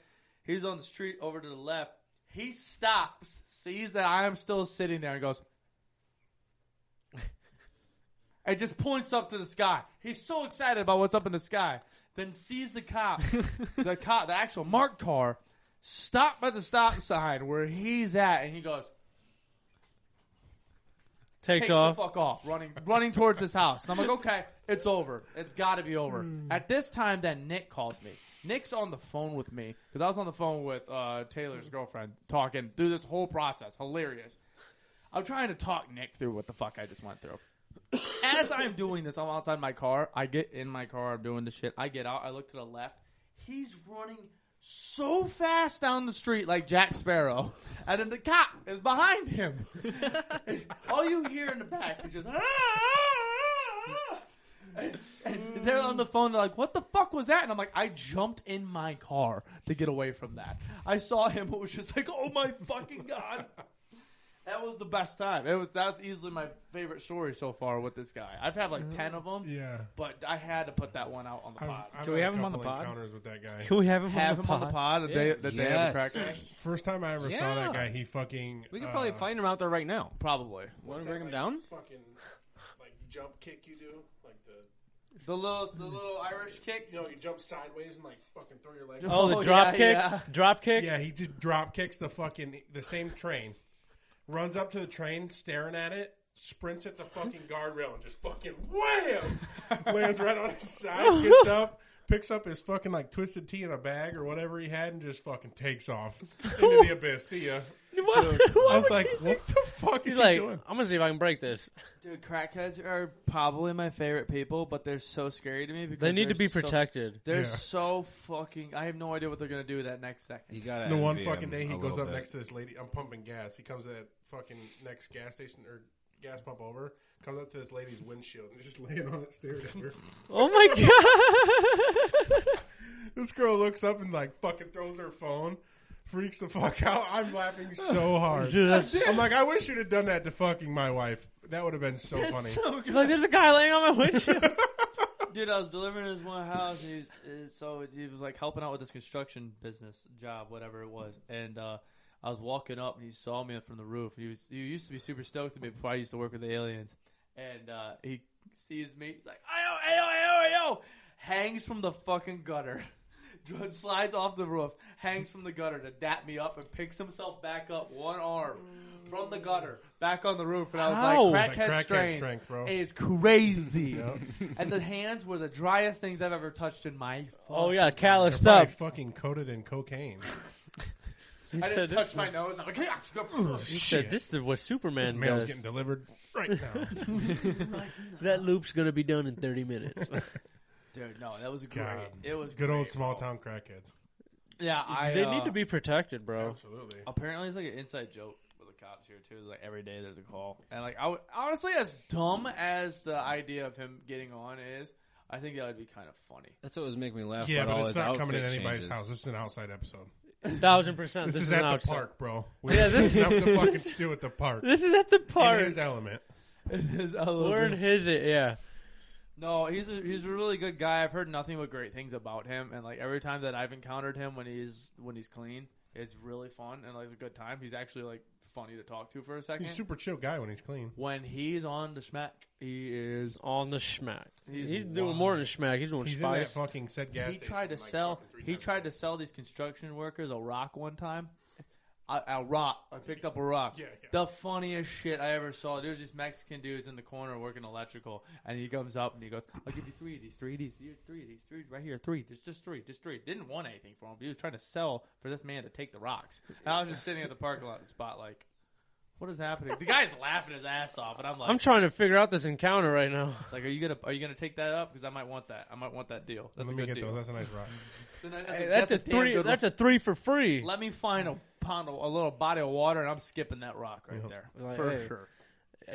Speaker 1: he's on the street over to the left. He stops, sees that I am still sitting there, and goes, and just points up to the sky. He's so excited about what's up in the sky. Then sees the cop, the cop, the actual marked car, stop by the stop sign where he's at, and he goes,
Speaker 2: Takes,
Speaker 1: takes
Speaker 2: off.
Speaker 1: the fuck off, running running towards his house. And I'm like, okay, it's over. It's got to be over. At this time, then Nick calls me. Nick's on the phone with me because I was on the phone with uh, Taylor's girlfriend talking through this whole process. Hilarious. I'm trying to talk Nick through what the fuck I just went through. As I'm doing this, I'm outside my car. I get in my car. I'm doing the shit. I get out. I look to the left. He's running so fast down the street like Jack Sparrow, and then the cop is behind him. All you hear in the back is just. "Ah, ah, ah." And- and they're on the phone. They're like, "What the fuck was that?" And I'm like, "I jumped in my car to get away from that. I saw him. It was just like, oh my fucking god." That was the best time. It was that's easily my favorite story so far with this guy. I've had like ten of them,
Speaker 4: Yeah.
Speaker 1: but I had a couple encounters with that guy. had to put that one out on the
Speaker 4: I've,
Speaker 1: pod.
Speaker 4: I've
Speaker 5: Can we
Speaker 4: had
Speaker 5: have
Speaker 4: a
Speaker 5: him on the
Speaker 4: couple
Speaker 5: pod?
Speaker 4: Encounters with that guy.
Speaker 2: Can we have him
Speaker 1: have
Speaker 2: on
Speaker 1: him
Speaker 2: the
Speaker 1: on
Speaker 2: pod?
Speaker 1: the pod the day the day of the
Speaker 3: Yes.
Speaker 1: practice.
Speaker 4: First time I ever saw that
Speaker 3: Yeah.
Speaker 4: guy, he fucking.
Speaker 3: We could
Speaker 4: uh,
Speaker 3: probably find him out there right now.
Speaker 1: Probably
Speaker 3: Want
Speaker 4: what's
Speaker 3: to
Speaker 4: that,
Speaker 3: bring him
Speaker 4: like,
Speaker 3: down?
Speaker 4: Fucking like jump kick you do, like the
Speaker 1: the little the little Irish kick.
Speaker 4: you know you jump sideways and like fucking throw your leg.
Speaker 2: Oh,
Speaker 1: Oh,
Speaker 2: the drop
Speaker 1: yeah,
Speaker 2: kick,
Speaker 1: yeah.
Speaker 2: drop kick.
Speaker 4: Yeah, he just drop kicks the fucking the same train, runs up to the train, staring at it, sprints at the fucking guardrail, and just fucking wham, lands right on his side, gets up, picks up his fucking like twisted tea in a bag or whatever he had, and just fucking takes off into the abyss. See ya.
Speaker 2: What- what
Speaker 4: I was
Speaker 2: would
Speaker 4: like,
Speaker 2: you-
Speaker 4: what the fuck
Speaker 2: he's
Speaker 4: is
Speaker 2: like,
Speaker 4: he doing?
Speaker 2: I'm gonna see if I can break this.
Speaker 1: Dude, crackheads are probably my favorite people, but they're so scary to me because
Speaker 2: They need to
Speaker 1: they're
Speaker 2: be
Speaker 1: so-
Speaker 2: protected.
Speaker 1: they're
Speaker 4: Yeah.
Speaker 1: so fucking. I have no idea what they're gonna do that next second.
Speaker 3: gotta
Speaker 4: The one fucking day he goes up next to this lady. I'm pumping gas. He comes to that fucking next gas station or gas pump over. Comes up to this lady's windshield and just laying on it, staring at her.
Speaker 2: Oh my god!
Speaker 4: this girl looks up and like fucking throws her phone, freaks the fuck out. I'm laughing so hard.
Speaker 2: Dude, that's-
Speaker 4: I'm like, I wish you'd have done that to fucking my wife. That would have been so funny.
Speaker 1: so good.
Speaker 2: like, there's a guy laying on my windshield.
Speaker 1: Dude, I was delivering his one house. And he's, uh, so he was like helping out with this construction business job, whatever it was. And uh, I was walking up, and he saw me from the roof. He was he used to be super stoked to me before I used to work with the aliens. And uh, he sees me. He's like, ayo, ayo, ayo, ayo. Hangs from the fucking gutter. Slides off the roof, hangs from the gutter to dap me up, and picks himself back up one arm from the gutter back on the roof. And I was
Speaker 2: Ow.
Speaker 1: like,
Speaker 4: Like,
Speaker 1: crackhead,
Speaker 4: crackhead
Speaker 1: strength,
Speaker 4: strength, bro.
Speaker 1: is crazy.
Speaker 4: Yeah.
Speaker 1: and the hands were the driest things I've ever touched in my.
Speaker 2: oh
Speaker 1: fucking-
Speaker 2: yeah,
Speaker 4: They're
Speaker 2: calloused
Speaker 4: probably
Speaker 2: up.
Speaker 4: fucking coated in cocaine.
Speaker 2: He
Speaker 1: I
Speaker 2: said,
Speaker 1: just
Speaker 2: this,
Speaker 1: touched my nose. And I'm like, "Yeah, it's good."
Speaker 2: he said, "This is what
Speaker 4: This
Speaker 2: Superman
Speaker 4: mail's
Speaker 2: does.
Speaker 4: getting delivered right now.
Speaker 2: that loop's gonna be done in 30 minutes."
Speaker 1: dude, no, that was great.
Speaker 4: God.
Speaker 1: It was
Speaker 4: Good old
Speaker 1: great,
Speaker 4: small
Speaker 1: bro.
Speaker 4: town crackheads.
Speaker 1: Yeah, I.
Speaker 2: they
Speaker 1: uh,
Speaker 2: need to be protected, bro.
Speaker 4: Absolutely.
Speaker 1: Apparently, it's like an inside joke with the cops here too. Like every day there's a call, and like I would, honestly, as dumb as the idea of him getting on is, I think that would be kind of funny.
Speaker 3: That's what was making me laugh.
Speaker 4: Yeah,
Speaker 3: about all
Speaker 4: but it's
Speaker 3: his
Speaker 4: not coming in
Speaker 3: outfit
Speaker 4: anybody's
Speaker 3: changes.
Speaker 4: house. This is an outside episode.
Speaker 2: Thousand percent.
Speaker 4: This, is,
Speaker 2: an
Speaker 4: at the
Speaker 2: outside-
Speaker 4: park, bro. We
Speaker 2: Yeah,
Speaker 4: have
Speaker 2: this-
Speaker 4: nothing to fucking to do at the park.
Speaker 2: This is at the
Speaker 4: In
Speaker 2: park.
Speaker 4: his element.
Speaker 1: It is a
Speaker 2: We're in his. Yeah.
Speaker 1: No, he's a, he's a really good guy. I've heard nothing but great things about him, and like every time that I've encountered him when he's when he's clean, it's really fun and like it's a good time. He's actually like funny to talk to for a second.
Speaker 4: He's a super chill guy when he's clean.
Speaker 1: when he's on the smack, he is.
Speaker 2: on the schmack. He's,
Speaker 1: He's
Speaker 2: doing
Speaker 1: wild.
Speaker 2: more than schmack. He's doing
Speaker 4: He's in that
Speaker 2: spice.
Speaker 4: fucking said gas
Speaker 1: he
Speaker 4: station
Speaker 1: tried to
Speaker 4: like
Speaker 1: sell.
Speaker 4: fucking three
Speaker 1: He
Speaker 4: times a
Speaker 1: tried
Speaker 4: day.
Speaker 1: to sell these construction workers a rock one time. I, a rock. I picked up a rock.
Speaker 4: Yeah, yeah.
Speaker 1: The funniest shit I ever saw. There was these Mexican dudes in the corner working electrical, and he comes up and he goes, "I'll give you three of these, three of these, here, three of these, three right here, three. There's just three, just three. Didn't want anything from him, but he was trying to sell for this man to take the rocks. And I was just sitting at the parking lot spot, like, what is happening? The guy's laughing his ass off, and I'm like,
Speaker 2: I'm trying to figure out this encounter right now.
Speaker 1: like, are you gonna are you gonna take that up? Because I might want that. I might want that deal. That's
Speaker 4: Let
Speaker 1: a
Speaker 4: me
Speaker 1: good
Speaker 4: get
Speaker 1: deal.
Speaker 4: those. That's a nice rock.
Speaker 1: So that-
Speaker 2: Hey, that's, a,
Speaker 1: damn
Speaker 2: three.
Speaker 1: good
Speaker 2: That's a three for free.
Speaker 1: let me find a pond, a little body of water, and I'm skipping that rock right
Speaker 4: Yeah.
Speaker 1: there
Speaker 2: Like,
Speaker 1: for
Speaker 2: hey.
Speaker 1: sure.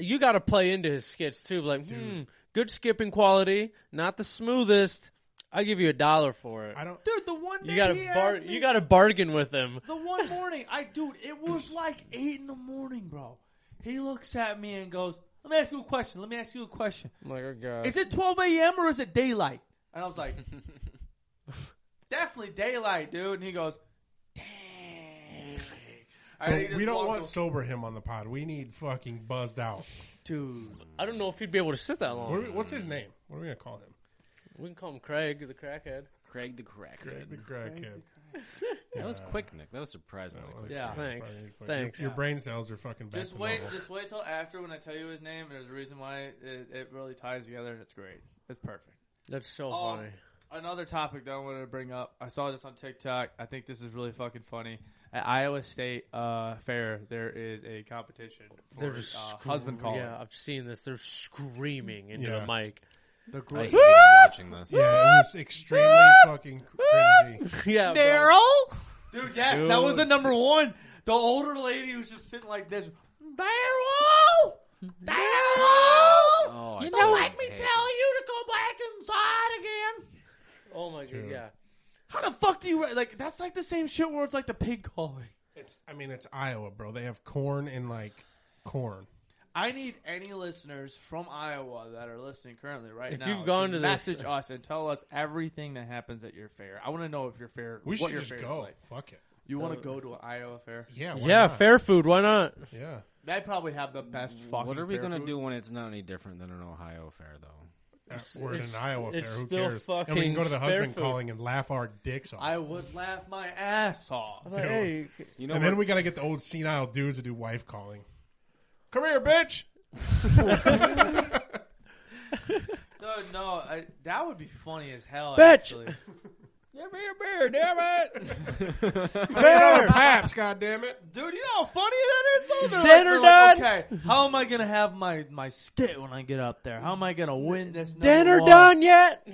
Speaker 2: You got to play into his skits too. Like, hmm, good skipping quality, not the smoothest. I give you a dollar for it.
Speaker 4: I don't.
Speaker 1: Dude, the one day
Speaker 2: You got
Speaker 1: he
Speaker 2: to bar.
Speaker 1: asked me-
Speaker 2: You got to bargain with him.
Speaker 1: the one morning, I dude, it was like eight in the morning, bro. He looks at me and goes, "Let me ask you a question. Let me ask you a question.
Speaker 2: I'm like, oh god.
Speaker 1: Is it 12 a.m. or is it daylight?" And I was like, "Definitely daylight, dude." And he goes, "Dang." I think he just
Speaker 4: we don't
Speaker 1: walked
Speaker 4: want
Speaker 1: away.
Speaker 4: sober him on the pod. We need fucking buzzed out.
Speaker 1: dude.
Speaker 2: I don't know if he'd be able to sit that
Speaker 1: Oh,
Speaker 2: long.
Speaker 4: What are we- what's his name? What are we gonna call him?
Speaker 2: we can call him Craig, the crackhead.
Speaker 3: Craig the Crackhead.
Speaker 4: Greg the Greg kid.
Speaker 3: That was quick, Nick. That was surprisingly
Speaker 4: Oh,
Speaker 3: quick.
Speaker 1: Yeah.
Speaker 2: Thanks.
Speaker 4: Sorry, but
Speaker 2: Thanks.
Speaker 4: Your, your brain cells are fucking back
Speaker 1: Just
Speaker 4: to
Speaker 1: wait.
Speaker 4: normal.
Speaker 1: Just wait till after when I tell you his name. There's a reason why it, it really ties together, and it's great. It's perfect.
Speaker 2: That's so
Speaker 1: Um,
Speaker 2: funny.
Speaker 1: Another topic that I wanted to bring up. I saw this on TikTok. I think this is really fucking funny. At Iowa State uh, Fair, there is a competition for
Speaker 2: They're
Speaker 1: uh,
Speaker 2: just scream-
Speaker 1: husband calling.
Speaker 2: Yeah, I've seen this. They're screaming into
Speaker 4: Yeah.
Speaker 2: the mic.
Speaker 1: The
Speaker 3: I
Speaker 1: great
Speaker 3: hated watching this.
Speaker 4: Yeah, it was extremely fucking crazy.
Speaker 2: yeah, bro.
Speaker 1: dude. Yes, that was the number one. The older lady who's just sitting like this. Daryl, Daryl,
Speaker 3: Oh, I
Speaker 1: you
Speaker 3: couldn't
Speaker 1: know, let me
Speaker 3: take it.
Speaker 1: tell you to go back inside again.
Speaker 2: Oh my
Speaker 4: Dude.
Speaker 2: god. Yeah.
Speaker 1: How the fuck do you like? That's like the same shit where it's like the pig calling.
Speaker 4: It's, I mean, it's Iowa, bro. They have corn and like corn.
Speaker 1: I need any listeners from Iowa that are listening currently right
Speaker 2: If
Speaker 1: now.
Speaker 2: you've gone to this-
Speaker 1: message us and tell us everything that happens at your fair. I want to know if your fair.
Speaker 4: We
Speaker 1: what
Speaker 4: should
Speaker 1: your
Speaker 4: just
Speaker 1: fair
Speaker 4: go.
Speaker 1: Is like.
Speaker 4: Fuck it.
Speaker 1: You want to go to an Iowa fair?
Speaker 4: Yeah. why
Speaker 2: yeah,
Speaker 4: not?
Speaker 2: fair food. Why not?
Speaker 4: Yeah.
Speaker 1: They probably have the best fucking.
Speaker 3: What are we
Speaker 1: fair
Speaker 3: gonna
Speaker 1: food.
Speaker 3: do when it's not any different than an Ohio fair, though?
Speaker 4: Uh, We're in an
Speaker 2: it's-
Speaker 4: Iowa fair.
Speaker 2: it's
Speaker 4: Who
Speaker 2: still
Speaker 4: cares? and we
Speaker 2: fucking
Speaker 4: can go to the husband
Speaker 2: Fairfoot.
Speaker 4: calling and laugh our dicks off.
Speaker 1: I would laugh my ass off.
Speaker 2: Like, hey,
Speaker 3: You know,
Speaker 4: and then we got to get the old senile dudes to do wife calling. Come here, bitch.
Speaker 1: No, no, I, that would be funny as hell.
Speaker 2: Bitch!
Speaker 1: actually.
Speaker 5: Give me a beer, damn it!
Speaker 4: Another paps, god damn it.
Speaker 1: dude, you know how funny that is. Though? They're
Speaker 2: Dead or
Speaker 1: they're
Speaker 2: done?
Speaker 1: okay, how am I gonna have my my skit when I get up there? How am I gonna win this? number
Speaker 2: Dan or
Speaker 1: one?
Speaker 2: done yet?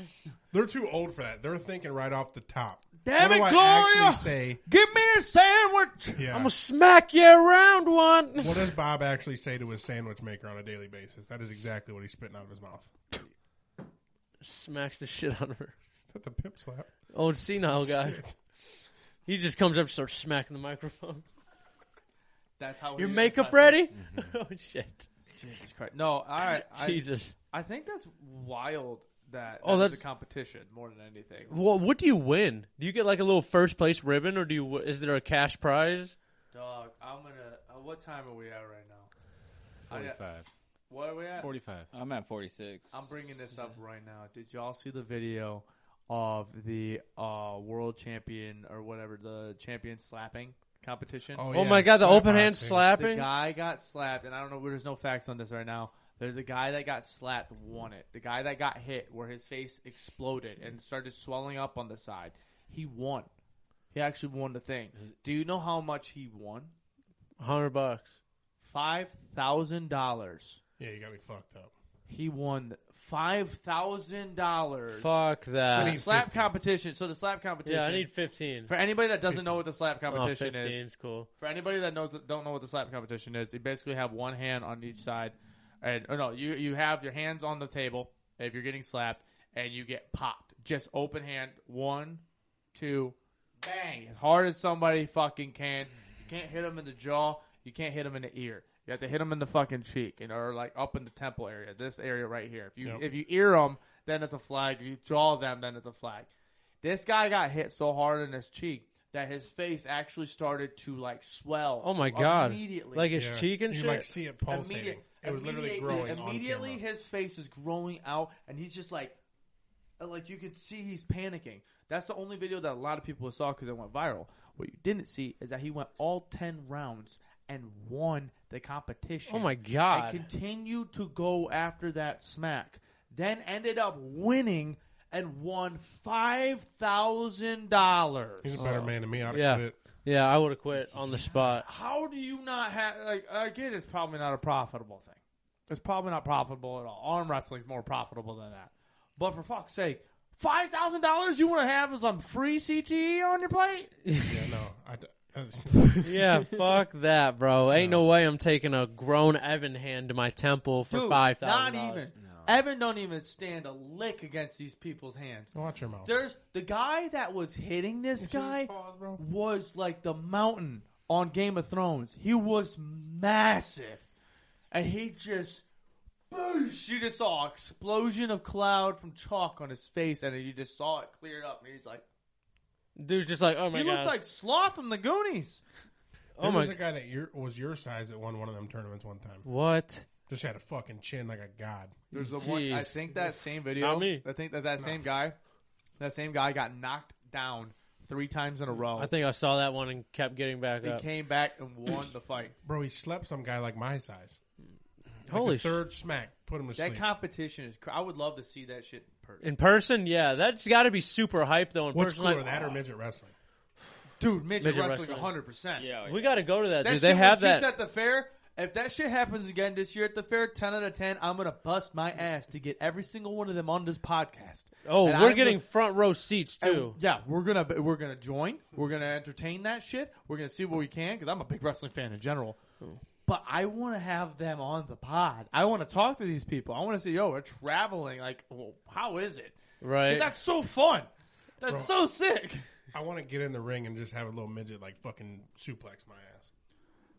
Speaker 4: They're too old for that. They're thinking right off the top.
Speaker 1: Damn
Speaker 4: what
Speaker 1: it,
Speaker 4: do I
Speaker 1: Gloria!
Speaker 4: actually say?
Speaker 1: Give me a sandwich.
Speaker 4: Yeah.
Speaker 2: I'm gonna smack you around one.
Speaker 4: What does Bob actually say to his sandwich maker on a daily basis? That is exactly what he's spitting out of his mouth.
Speaker 2: Smacks the shit out of her.
Speaker 4: Is that the pimp slap?
Speaker 2: Old senile guy. He just comes up, and starts smacking the microphone.
Speaker 1: That's how
Speaker 2: Your
Speaker 1: we-
Speaker 2: makeup ready? oh shit!
Speaker 1: Jesus Christ. No, all right. Mm-hmm. I,
Speaker 2: Jesus.
Speaker 1: I think that's wild. That
Speaker 2: Oh,
Speaker 1: oh, that's
Speaker 2: that's-
Speaker 1: a competition more than anything.
Speaker 2: Well, what do you win? Do you get like a little first place ribbon, or do you? Is there a cash prize?
Speaker 1: Dog, I'm gonna. Uh, what time are we at right now?
Speaker 3: Oh,
Speaker 1: I got-
Speaker 3: forty-five.
Speaker 1: what are we at?
Speaker 3: Forty-five.
Speaker 5: I'm at 46.
Speaker 1: I'm bringing this up right now. Did y'all see the video of the uh, world champion or whatever the champion slapping competition?
Speaker 2: oh my god, the
Speaker 4: slap
Speaker 2: open hand
Speaker 4: boxing.
Speaker 1: the
Speaker 2: slapping.
Speaker 1: guy got slapped, and I don't know. There's no facts on this right now. There's the guy that got slapped won it. The guy that got hit, where his face exploded and started swelling up on the side, he won. He actually won the thing. Do you know how much he won?
Speaker 2: Hundred bucks.
Speaker 1: Five thousand dollars.
Speaker 4: Yeah, you got me fucked up.
Speaker 1: He won five thousand dollars.
Speaker 2: Fuck
Speaker 4: So
Speaker 1: The
Speaker 2: that.
Speaker 4: he's-
Speaker 1: slap
Speaker 4: 15.
Speaker 1: competition. So the slap competition.
Speaker 2: Yeah, I need fifteen.
Speaker 1: For anybody that doesn't know what the slap
Speaker 2: Oh,
Speaker 1: competition is,
Speaker 2: 15 's cool.
Speaker 1: For anybody that knows don't know what the slap competition is, you basically have one hand on each side, and or no, you you have your hands on the table if you're getting slapped, and you get popped. Just open hand, one, two, bang, as hard as somebody fucking can. You can't hit them in the jaw. You can't hit them in the ear. You have to hit them in the fucking cheek and or like up in the temple area, this area right here. If you
Speaker 4: Yep.
Speaker 1: if you ear them, then it's a flag. If you draw them, then it's a flag. This guy got hit so hard in his cheek that his face actually started to like swell.
Speaker 2: Oh my god!
Speaker 1: Immediately,
Speaker 2: like his
Speaker 4: Yeah.
Speaker 2: cheek and
Speaker 4: you
Speaker 2: shit.
Speaker 4: like see it pulsating.
Speaker 1: Immediate-
Speaker 4: it was literally
Speaker 1: immediately-
Speaker 4: growing.
Speaker 1: Immediately,
Speaker 4: on camera.
Speaker 1: his face is growing out, and he's just like, uh, like you could see he's panicking. That's the only video that a lot of people saw because it went viral. What you didn't see is that he went all ten rounds and won the competition.
Speaker 2: oh my
Speaker 1: And
Speaker 2: god!
Speaker 1: continued to go after that smack. Then ended up winning and won five thousand dollars.
Speaker 4: He's a better man than me. I'd
Speaker 2: Oh. yeah.
Speaker 4: have quit.
Speaker 2: yeah, I would have quit on the spot.
Speaker 1: how do you not have like again it's probably not a profitable thing it's probably not profitable at all arm wrestling's more profitable than that but for fuck's sake $5000 you want to have is some free cte on your plate
Speaker 4: Yeah, no. I, d- I just-
Speaker 2: Yeah, fuck that, bro. Ain't no way I'm taking a grown Evan hand to my temple for
Speaker 1: Dude,
Speaker 2: five
Speaker 1: not
Speaker 2: thousand.
Speaker 1: even evan don't even stand a lick against these people's hands
Speaker 4: watch your mouth.
Speaker 1: there's the guy that was hitting this guy
Speaker 4: Pause, bro.
Speaker 1: was like the mountain on Game of Thrones. He was massive, and he just, boosh, you just saw an explosion of cloud from chalk on his face, and you just saw it cleared up. And he's like,
Speaker 2: Dude, just like oh my
Speaker 1: he
Speaker 2: god.
Speaker 1: looked like Sloth from the Goonies.
Speaker 2: oh
Speaker 4: there
Speaker 2: my.
Speaker 4: was a guy that your, was your size that won one of them tournaments one time.
Speaker 2: what?
Speaker 4: Just had a fucking chin like a god.
Speaker 1: There's the one. I
Speaker 2: Jeez.
Speaker 1: think that same video.
Speaker 2: Not me.
Speaker 1: I think that that same guy, that same guy got knocked down three times in a row.
Speaker 2: I think I saw that one and kept getting back
Speaker 1: he
Speaker 2: up.
Speaker 1: came back and won the fight.
Speaker 4: Bro, he slept some guy like my size. Like
Speaker 2: Holy
Speaker 4: the third smack put him to
Speaker 1: That
Speaker 4: sleep.
Speaker 1: competition is. cr- I would love to see that shit. in person.
Speaker 2: sh- in person, yeah, that's got to be super hype though. In
Speaker 4: What's
Speaker 2: person,
Speaker 4: cooler,
Speaker 2: like,
Speaker 4: that or midget wrestling?
Speaker 1: Dude, midget,
Speaker 2: Midget
Speaker 1: wrestling,
Speaker 2: wrestling.
Speaker 1: hundred percent.
Speaker 5: Yeah,
Speaker 2: we got to go to that.
Speaker 1: That
Speaker 2: dude.
Speaker 1: shit
Speaker 2: They
Speaker 1: was
Speaker 2: have
Speaker 1: just
Speaker 2: that.
Speaker 1: at the fair. If that shit happens again this year at the fair, ten out of ten, I'm gonna bust my ass to get every single one of them on this podcast.
Speaker 2: oh,
Speaker 1: And
Speaker 2: we're
Speaker 1: I'm
Speaker 2: getting
Speaker 1: gonna-
Speaker 2: front row seats
Speaker 1: and-
Speaker 2: too.
Speaker 1: yeah, we're gonna we're gonna join. We're gonna entertain that shit. We're gonna see what we can because I'm a big wrestling fan in general. But I want to have them on the pod. I want to talk to these people. I want to say, yo, we're traveling. Like, well, how is it? 'Cause
Speaker 2: right.
Speaker 1: That's so fun. That's so
Speaker 4: Bro.
Speaker 1: sick.
Speaker 4: I want to get in the ring and just have a little midget like fucking suplex my ass.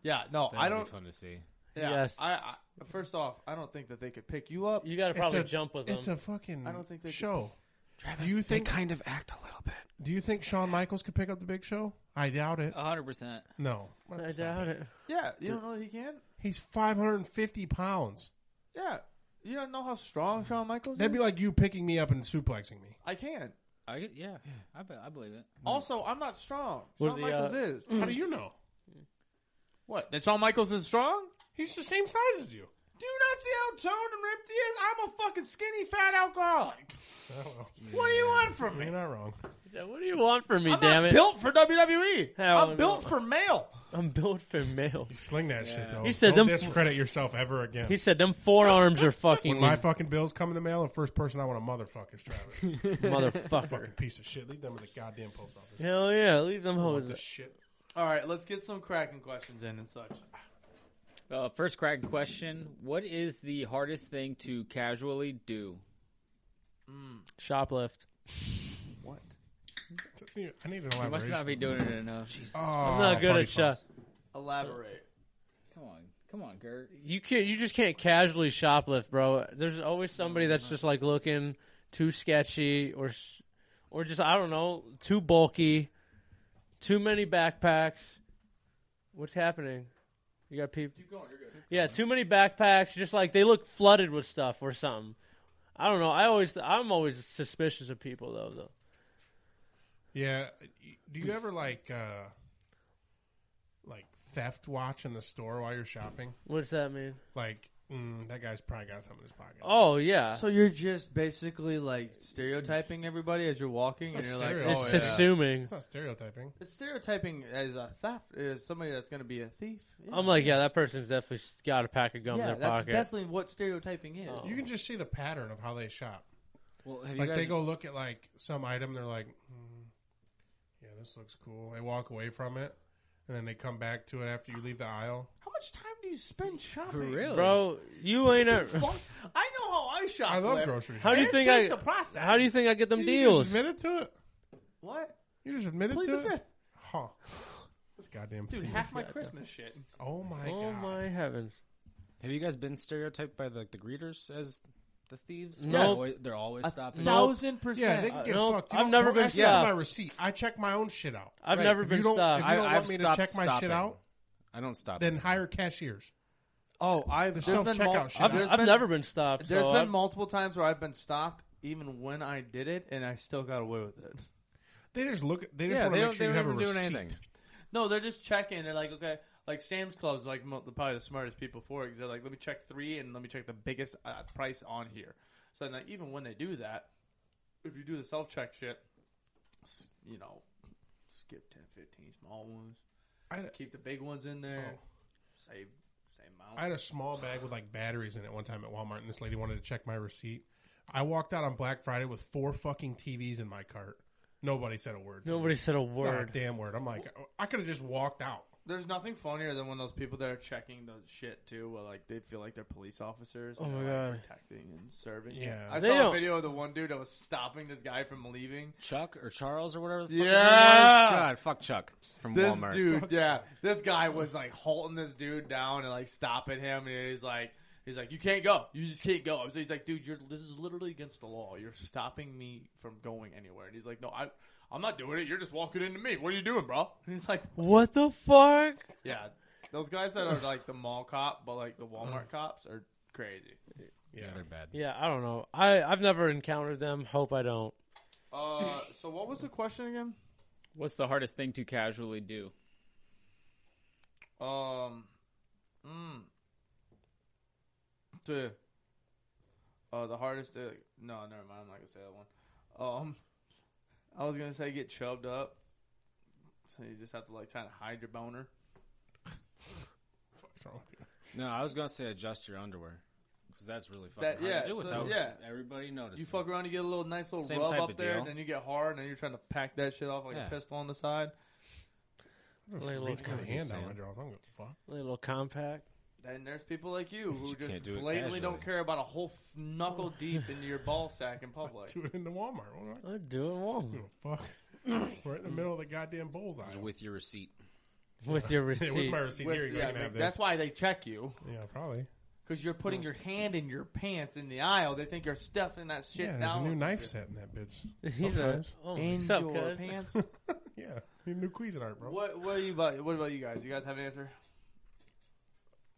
Speaker 1: Yeah, no, I don't.
Speaker 3: Fun to see.
Speaker 1: Yeah,
Speaker 2: Yes.
Speaker 1: I, I first off, I don't think that they could pick you up.
Speaker 2: You got to
Speaker 4: It's
Speaker 2: probably
Speaker 4: a-
Speaker 2: jump with them.
Speaker 4: It's a fucking
Speaker 1: I don't think they could-
Speaker 4: show.
Speaker 3: Travis,
Speaker 4: you
Speaker 3: you
Speaker 4: think-
Speaker 3: think they kind of act a little bit.
Speaker 4: Do you think Shawn Michaels could pick up the big show? I doubt it.
Speaker 5: hundred percent.
Speaker 4: no.
Speaker 2: Uh, I doubt it.
Speaker 1: Yeah, you don't know he can.
Speaker 4: He's 550 pounds.
Speaker 1: Yeah, you don't know how
Speaker 2: Mm-hmm.
Speaker 1: strong Shawn Michaels
Speaker 4: That'd
Speaker 1: is.
Speaker 4: be like you picking me up and suplexing me.
Speaker 1: I can.
Speaker 2: Mm-hmm.
Speaker 5: I get- yeah, I be, I believe it.
Speaker 1: Also, I'm not strong.
Speaker 2: What
Speaker 1: Shawn
Speaker 2: are the, uh,
Speaker 1: Michaels is.
Speaker 4: How do you know?
Speaker 1: What? That Shawn Michaels is strong?
Speaker 4: He's the same size as you.
Speaker 1: Do you not see how toned and ripped he is? I'm a fucking skinny fat alcoholic. What do you want from me?
Speaker 4: You're not wrong.
Speaker 2: He said, What do you want from me,
Speaker 1: I'm
Speaker 2: damn
Speaker 1: not
Speaker 2: it?
Speaker 1: built for WWE.
Speaker 2: Hell
Speaker 1: I'm
Speaker 2: no.
Speaker 1: built for male.
Speaker 2: I'm built for male.
Speaker 4: Sling that shit though.
Speaker 2: He said
Speaker 4: Don't
Speaker 2: them-
Speaker 4: discredit yourself ever again.
Speaker 2: He said, "Them forearms are fucking
Speaker 4: when my fucking bills come in the mail, the first person I want to motherfuck is Travis.
Speaker 2: motherfucker."
Speaker 4: fucking piece of shit. Leave them in the goddamn post office.
Speaker 2: Hell yeah, leave them
Speaker 4: What
Speaker 2: hoes.
Speaker 4: the shit?
Speaker 1: All right, let's get some cracking questions in and such.
Speaker 5: Uh, first crack question: What is the hardest thing to casually do?
Speaker 2: Shoplift.
Speaker 1: What?
Speaker 4: Doesn't even- I need an
Speaker 5: You
Speaker 4: elaboration.
Speaker 5: must not be doing it enough.
Speaker 4: Oh,
Speaker 2: I'm not good
Speaker 4: party
Speaker 2: at shop.
Speaker 4: fuck.
Speaker 1: Elaborate.
Speaker 5: Come on, come on, Gert.
Speaker 2: You can't. You just can't casually shoplift, bro. There's always somebody that's just like looking too sketchy, or s- or just I don't know, too bulky, too many backpacks. What's happening? You got people.
Speaker 1: Keep going. You're good.
Speaker 2: Yeah, too many backpacks. Just like they look flooded with stuff or something. I don't know. I always, I'm always suspicious of people though. Though
Speaker 4: Yeah. Do you ever like uh like theft watch in the store while you're shopping?
Speaker 2: what's that mean?
Speaker 4: Like mm, that guy's probably got something in his pocket.
Speaker 2: Oh yeah,
Speaker 1: So you're just basically like stereotyping everybody as you're walking, and
Speaker 4: It's
Speaker 1: you're
Speaker 4: not
Speaker 1: like,
Speaker 4: stereo-
Speaker 1: oh
Speaker 2: it's
Speaker 1: yeah.
Speaker 2: assuming.
Speaker 4: It's not stereotyping.
Speaker 1: It's stereotyping as a theft is somebody that's going to be a thief. Yeah.
Speaker 2: I'm like, yeah, that person's definitely got a pack of gum
Speaker 1: yeah,
Speaker 2: in
Speaker 1: that's
Speaker 2: their pocket.
Speaker 1: definitely what stereotyping is.
Speaker 2: Oh.
Speaker 4: You can just see the pattern of how they shop.
Speaker 5: Well, have you
Speaker 4: Like
Speaker 5: guys?
Speaker 4: they go look at like some item, they're like, mm, "Yeah, this looks cool." They walk away from it, and then they come back to it after you leave the aisle.
Speaker 1: How much time do you spend shopping?
Speaker 5: really,
Speaker 2: Bro, you ain't a.
Speaker 1: Fuck. I know how I shop.
Speaker 4: I love
Speaker 1: Cliff.
Speaker 4: grocery
Speaker 2: How
Speaker 4: shopping.
Speaker 2: do you
Speaker 1: It
Speaker 2: think
Speaker 1: takes
Speaker 2: I?
Speaker 1: a process.
Speaker 2: How do you think I get them
Speaker 4: You just
Speaker 2: deals?
Speaker 4: admitted to it.
Speaker 1: What?
Speaker 4: You just admitted
Speaker 1: Plead
Speaker 4: to
Speaker 1: the
Speaker 4: it.
Speaker 1: fifth.
Speaker 4: Huh. This goddamn
Speaker 1: Dude,
Speaker 4: thing.
Speaker 1: half my Christmas shit.
Speaker 4: Oh my
Speaker 2: Oh
Speaker 4: god.
Speaker 2: my heavens!
Speaker 3: Have you guys been stereotyped by the, the greeters as the thieves?
Speaker 2: No.
Speaker 3: They're always, they're always stopping.
Speaker 2: Nope.
Speaker 1: Thousand percent.
Speaker 4: Yeah, they can
Speaker 2: Uh,
Speaker 4: get
Speaker 2: no,
Speaker 4: fucked. You
Speaker 2: I've
Speaker 4: don't-
Speaker 2: never
Speaker 4: don't
Speaker 2: been
Speaker 4: ask me for my
Speaker 2: stopped.
Speaker 4: receipt. I check my own shit out.
Speaker 2: I've
Speaker 3: Right.
Speaker 2: never
Speaker 4: If
Speaker 2: been
Speaker 4: you don't,
Speaker 2: stopped.
Speaker 4: if you
Speaker 3: I-
Speaker 4: don't
Speaker 3: I've
Speaker 4: want me to
Speaker 3: stopped
Speaker 4: check my shit
Speaker 3: stopping.
Speaker 4: out,
Speaker 3: I don't stop.
Speaker 4: then
Speaker 3: them.
Speaker 4: hire cashiers.
Speaker 1: Oh, I've
Speaker 4: The
Speaker 1: there's been
Speaker 4: self-checkout
Speaker 1: mul-
Speaker 4: shit.
Speaker 2: I've,
Speaker 1: there's
Speaker 2: I've
Speaker 1: been-
Speaker 2: never been stopped.
Speaker 1: There's
Speaker 2: so
Speaker 1: been
Speaker 2: I've-
Speaker 1: multiple times where I've been stopped, even when I did it, and I still got away with it.
Speaker 4: They just look. They just
Speaker 3: yeah,
Speaker 4: want
Speaker 3: they
Speaker 4: to make
Speaker 3: don't,
Speaker 4: sure you
Speaker 3: they
Speaker 4: have a
Speaker 3: don't even
Speaker 4: receipt.
Speaker 3: do anything.
Speaker 1: No, they're just checking. They're like, okay, like Sam's Club's like mo- probably the smartest people for it 'cause they're like, let me check three and let me check the biggest uh, price on here. So then, like, even when they do that, if you do the self check shit, s- you know, skip 10, 15 small ones,
Speaker 4: I-
Speaker 1: keep the big ones in there,
Speaker 2: Oh.
Speaker 1: save same amount.
Speaker 4: I had a small bag with like batteries in it one time at Walmart, and this lady wanted to check my receipt. I walked out on Black Friday with four fucking TVs in my cart. Nobody said a word. to me.
Speaker 2: nobody said a
Speaker 4: Not a
Speaker 2: word.
Speaker 4: damn word. I'm like, I could have just walked out.
Speaker 1: There's nothing funnier than when those people that are checking the shit too, where like they feel like they're police officers. and
Speaker 2: Oh my
Speaker 1: they're, like,
Speaker 2: God.
Speaker 1: protecting and serving.
Speaker 4: Yeah.
Speaker 1: I
Speaker 2: They
Speaker 1: saw a
Speaker 2: don't-
Speaker 1: video of the one dude that was stopping this guy from leaving.
Speaker 3: Chuck or Charles or whatever the fuck his
Speaker 1: Yeah.
Speaker 3: name was. God, fuck Chuck from
Speaker 1: This
Speaker 3: Walmart.
Speaker 1: dude, yeah, this guy was like halting this dude down and like stopping him, and he's like, he's like, you can't go, you just can't go. So he's like, dude, you're this is literally against the law. You're stopping me from going anywhere. And he's like, no, I, I'm not doing it. You're just walking into me. What are you doing, bro? And he's like,
Speaker 2: What the fuck?
Speaker 1: yeah, those guys that are like the mall cop, but like the Walmart cops are crazy.
Speaker 4: Yeah.
Speaker 3: they're bad.
Speaker 2: Yeah, I don't know. I I've never encountered them. Hope I don't.
Speaker 1: Uh, so what was the question again?
Speaker 5: what's the hardest thing to casually do?
Speaker 1: Um, mm, to, uh, the hardest. Uh, no, never mind. I'm not gonna say that one. Um, I was gonna say get chubbed up, so you just have to like try to hide your boner.
Speaker 4: What's wrong with you?
Speaker 3: No, I was gonna say adjust your underwear because that's really fucking
Speaker 1: That-
Speaker 3: hard
Speaker 1: yeah,
Speaker 3: to do
Speaker 1: so-
Speaker 3: without
Speaker 1: yeah.
Speaker 3: everybody noticing.
Speaker 1: You fuck around, you get a little nice little
Speaker 3: Same
Speaker 1: rub
Speaker 3: type
Speaker 1: up
Speaker 3: of
Speaker 1: there,
Speaker 3: deal.
Speaker 1: and then you get hard, and then you're trying to pack that shit off like
Speaker 3: Yeah.
Speaker 1: a pistol on the side.
Speaker 2: Like a little,
Speaker 4: Reach my
Speaker 2: com-
Speaker 3: kinda-
Speaker 4: hand out
Speaker 3: saying.
Speaker 4: my drawers. I'm gonna fuck.
Speaker 2: like a little compact.
Speaker 1: Then there's people like you who
Speaker 3: You
Speaker 1: just
Speaker 3: can't do it
Speaker 1: blatantly don't
Speaker 3: casually.
Speaker 1: care about a whole f- knuckle deep into your ball sack in public.
Speaker 4: Do it in the Walmart. What do
Speaker 2: I'd do it. Well.
Speaker 1: Hmm.
Speaker 4: I give a fuck? We're in the middle of the goddamn bullseye.
Speaker 3: with your receipt.
Speaker 2: with your receipt.
Speaker 4: With mercy,
Speaker 1: With-
Speaker 4: here you go.
Speaker 1: yeah,
Speaker 4: you can have
Speaker 1: that's
Speaker 4: this.
Speaker 1: why they check you
Speaker 4: Yeah, probably.
Speaker 1: because you're putting your hand in your pants in the aisle. They think you're stuffing that shit
Speaker 4: Yeah, there's a
Speaker 1: down.
Speaker 4: new
Speaker 1: with
Speaker 4: knife
Speaker 1: something.
Speaker 4: set in that bitch.
Speaker 2: He's a,
Speaker 4: Sometimes.
Speaker 2: oh,
Speaker 1: in
Speaker 2: what's up,
Speaker 1: your
Speaker 2: cuz?
Speaker 1: pants.
Speaker 4: yeah, new Cuisinart, bro.
Speaker 1: what what are you about? What about you guys? You guys have an answer?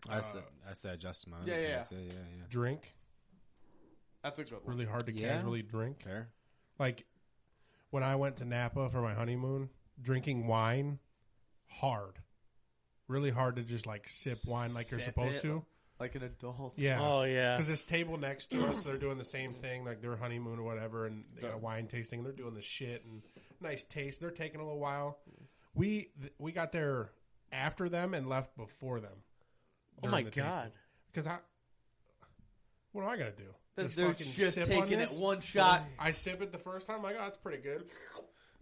Speaker 3: I said, I said, Justin. Mine.
Speaker 1: yeah, yeah.
Speaker 3: I said, yeah, yeah.
Speaker 4: Drink.
Speaker 1: That's a good one.
Speaker 4: Really hard to
Speaker 3: Yeah.
Speaker 4: casually drink.
Speaker 3: Care.
Speaker 4: Like when I went to Napa for my honeymoon, drinking wine, hard. Really hard to just like sip wine like you're
Speaker 1: Sip
Speaker 4: supposed
Speaker 1: it.
Speaker 4: to.
Speaker 1: Like an adult.
Speaker 4: Yeah.
Speaker 2: Oh yeah.
Speaker 4: Because this table next to us, they're doing the same thing, like their honeymoon or whatever, and they got wine tasting, and they're doing the shit and nice taste. They're taking a little while. We th- we got there after them and left before them.
Speaker 2: Oh my god.
Speaker 4: Because I, what do I gotta do?
Speaker 1: This
Speaker 4: Just
Speaker 1: dude's
Speaker 4: fucking
Speaker 1: just
Speaker 4: sip on
Speaker 1: taking it
Speaker 4: this?
Speaker 1: one shot.
Speaker 4: I sip it the first time. Like, oh, that's pretty good.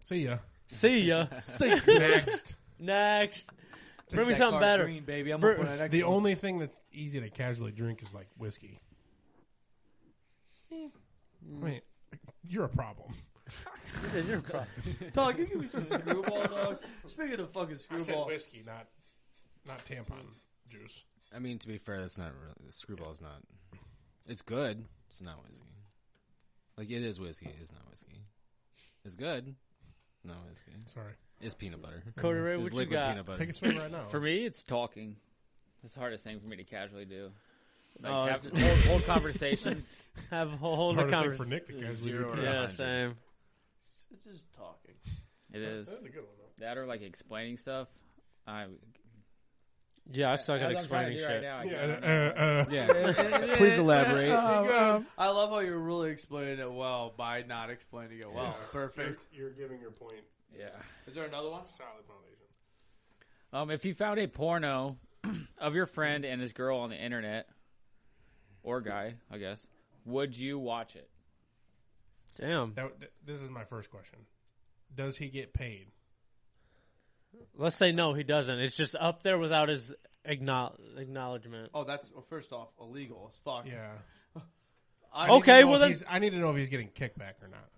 Speaker 4: See ya.
Speaker 2: See ya. See ya.
Speaker 4: Next.
Speaker 2: Next. Bring me
Speaker 1: That
Speaker 2: something
Speaker 1: card
Speaker 2: better.
Speaker 1: green, baby. I'm
Speaker 2: Br-
Speaker 1: gonna put an
Speaker 4: the
Speaker 1: extra-
Speaker 4: only thing that's easy to casually drink is like whiskey. I mean, you're a problem.
Speaker 2: Dude, you're a pro.
Speaker 1: dog. You give me some screwball, dog. Speaking of fucking screwball,
Speaker 4: whiskey, not not tampon juice.
Speaker 3: I mean, to be fair, that's not really, screwball's not. It's good. It's not whiskey. Like it is whiskey. It's not whiskey. It's good. No whiskey.
Speaker 4: Sorry.
Speaker 3: It's peanut butter.
Speaker 2: Cody Ray,
Speaker 3: It's
Speaker 2: what you
Speaker 3: liquid
Speaker 2: got?
Speaker 3: peanut butter.
Speaker 4: Take a swing right now.
Speaker 5: For me, it's talking. It's the hardest thing for me to casually do. Like
Speaker 2: Oh,
Speaker 5: have hold, hold conversations.
Speaker 2: Have a whole other
Speaker 4: hardest thing for
Speaker 2: conversation.
Speaker 4: Nick to casually do
Speaker 3: Zero.
Speaker 4: too.
Speaker 3: for-
Speaker 2: Yeah,
Speaker 3: Yeah.
Speaker 2: same.
Speaker 1: it's just talking.
Speaker 5: It is
Speaker 4: That's a good one though.
Speaker 5: that or like explaining stuff. I
Speaker 2: Yeah, I suck at
Speaker 5: as I'm trying
Speaker 2: explaining
Speaker 5: to do right
Speaker 2: shit.
Speaker 5: now, I can't.
Speaker 4: Yeah, Oh, um, uh, uh,
Speaker 3: Yeah. Please elaborate.
Speaker 1: I love how you're really explaining it well by not explaining it well.
Speaker 4: you're,
Speaker 1: Perfect.
Speaker 4: you're giving your point
Speaker 5: yeah.
Speaker 1: Is there another one?
Speaker 4: solid foundation.
Speaker 5: Um, if you found a porno of your friend and his girl on the internet, or guy, I guess, would you watch it?
Speaker 2: Damn.
Speaker 4: That, th- this is my first question. Does he get paid?
Speaker 2: Let's say no, he doesn't. It's just up there without his acknowl- acknowledgement.
Speaker 1: Oh, that's well, first off illegal as fuck.
Speaker 4: Yeah.
Speaker 1: I
Speaker 4: I need to
Speaker 2: Okay,
Speaker 4: know
Speaker 2: well
Speaker 4: if
Speaker 2: then-
Speaker 4: he's- I need to know if he's getting kickback or not.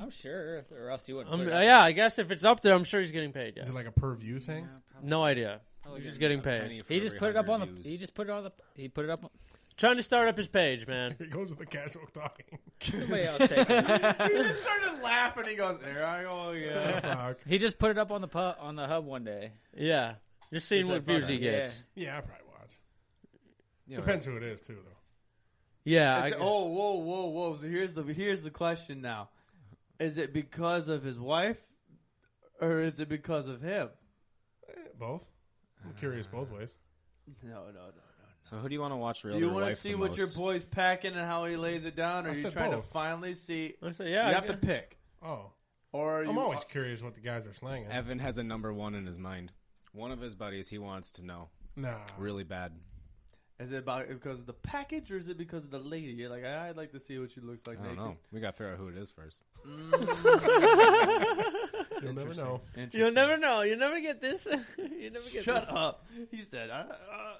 Speaker 5: I'm sure, or else you wouldn't.
Speaker 2: Um,
Speaker 5: put it out
Speaker 2: yeah, I guess if it's up there, I'm sure he's getting paid.
Speaker 4: Is
Speaker 2: Yeah.
Speaker 4: it like a per view thing?
Speaker 2: No idea. He's just getting
Speaker 3: A
Speaker 2: paid.
Speaker 3: penny for
Speaker 5: there. He just
Speaker 3: every
Speaker 5: put it up on
Speaker 3: 100
Speaker 5: the.
Speaker 3: views.
Speaker 5: He just put it on the. He put it up. On,
Speaker 2: Trying to start up his page, man.
Speaker 4: Here goes with the casual talking.
Speaker 5: somebody else take it.
Speaker 1: he just started laughing. He goes, "There I go again."
Speaker 4: Fuck.
Speaker 5: He just put it up on the pub, on the hub one day.
Speaker 2: Yeah. Just seeing
Speaker 5: Just
Speaker 2: what
Speaker 5: like,
Speaker 2: views
Speaker 5: fuck
Speaker 2: he
Speaker 5: it, yeah.
Speaker 2: gets.
Speaker 4: Yeah, I probably watch.
Speaker 3: Yeah,
Speaker 4: Depends who it is too, though.
Speaker 2: Yeah.
Speaker 1: Is
Speaker 2: I,
Speaker 1: it- oh, whoa, whoa, whoa! So here's the here's the question now: Is it because of his wife, or is it because of him?
Speaker 4: Eh, Both.
Speaker 2: Uh,
Speaker 4: I'm curious both ways.
Speaker 1: No, no, no.
Speaker 3: So who do you want to watch? Real
Speaker 1: Do you
Speaker 3: want to
Speaker 1: see what your boy's packing and how he lays it down, or
Speaker 4: I
Speaker 1: are you
Speaker 4: said
Speaker 1: trying
Speaker 4: both.
Speaker 1: to finally see?
Speaker 2: I said, yeah.
Speaker 1: you
Speaker 2: I
Speaker 1: have to
Speaker 2: guess.
Speaker 1: pick,
Speaker 4: Oh,
Speaker 1: or
Speaker 4: I'm
Speaker 1: you,
Speaker 4: always curious what the guys are slanging.
Speaker 3: Evan has a number one in his mind. One of his buddies he wants to know
Speaker 4: nah,
Speaker 3: really bad.
Speaker 1: Is it about because of the package, or is it because of the lady? You're like, I'd like to see what she looks like
Speaker 3: I don't
Speaker 1: naked.
Speaker 3: know. We got to figure out who it is first.
Speaker 4: you'll never know.
Speaker 1: Interesting.
Speaker 2: You'll never know. You'll never get this. you never get
Speaker 1: Shut
Speaker 2: this.
Speaker 1: up. He said, uh,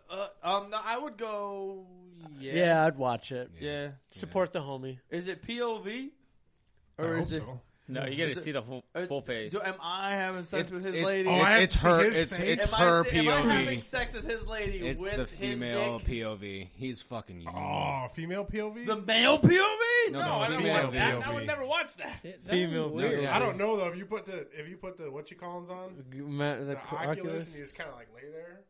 Speaker 1: uh, uh, um, no, I would go. Yeah.
Speaker 2: Yeah. I'd watch it.
Speaker 1: Yeah.
Speaker 2: Support the homie.
Speaker 1: Is it POV?
Speaker 4: I
Speaker 1: Or
Speaker 4: hope
Speaker 1: is it.
Speaker 4: so.
Speaker 5: No, Oh, you
Speaker 1: Is
Speaker 5: got
Speaker 1: it-
Speaker 5: to see the full,
Speaker 1: or-
Speaker 5: full face.
Speaker 1: Do, am I having sex
Speaker 3: It's,
Speaker 1: with his
Speaker 3: it's-
Speaker 1: lady?
Speaker 4: Oh, I have
Speaker 3: It's, it's
Speaker 4: to see
Speaker 3: her.
Speaker 4: his
Speaker 3: It's
Speaker 4: face.
Speaker 3: it's
Speaker 1: am
Speaker 3: her
Speaker 1: I, Am I having
Speaker 3: POV.
Speaker 1: sex with his lady
Speaker 3: It's
Speaker 1: with
Speaker 3: the
Speaker 1: his
Speaker 3: female
Speaker 1: dick?
Speaker 3: POV. He's fucking you.
Speaker 4: Oh, female POV.
Speaker 1: The male POV?
Speaker 3: No,
Speaker 1: No,
Speaker 3: the
Speaker 1: I don't
Speaker 4: female
Speaker 1: like that. I
Speaker 4: POV.
Speaker 1: would never watch that.
Speaker 5: Yeah, that
Speaker 2: Female-
Speaker 5: was weird.
Speaker 3: No, yeah.
Speaker 4: I don't know though. If you put the if you put the what you call 'em's on
Speaker 2: Ma- the
Speaker 4: the
Speaker 2: co-
Speaker 4: Oculus,
Speaker 2: Oculus.
Speaker 4: and you just kind of like lay there.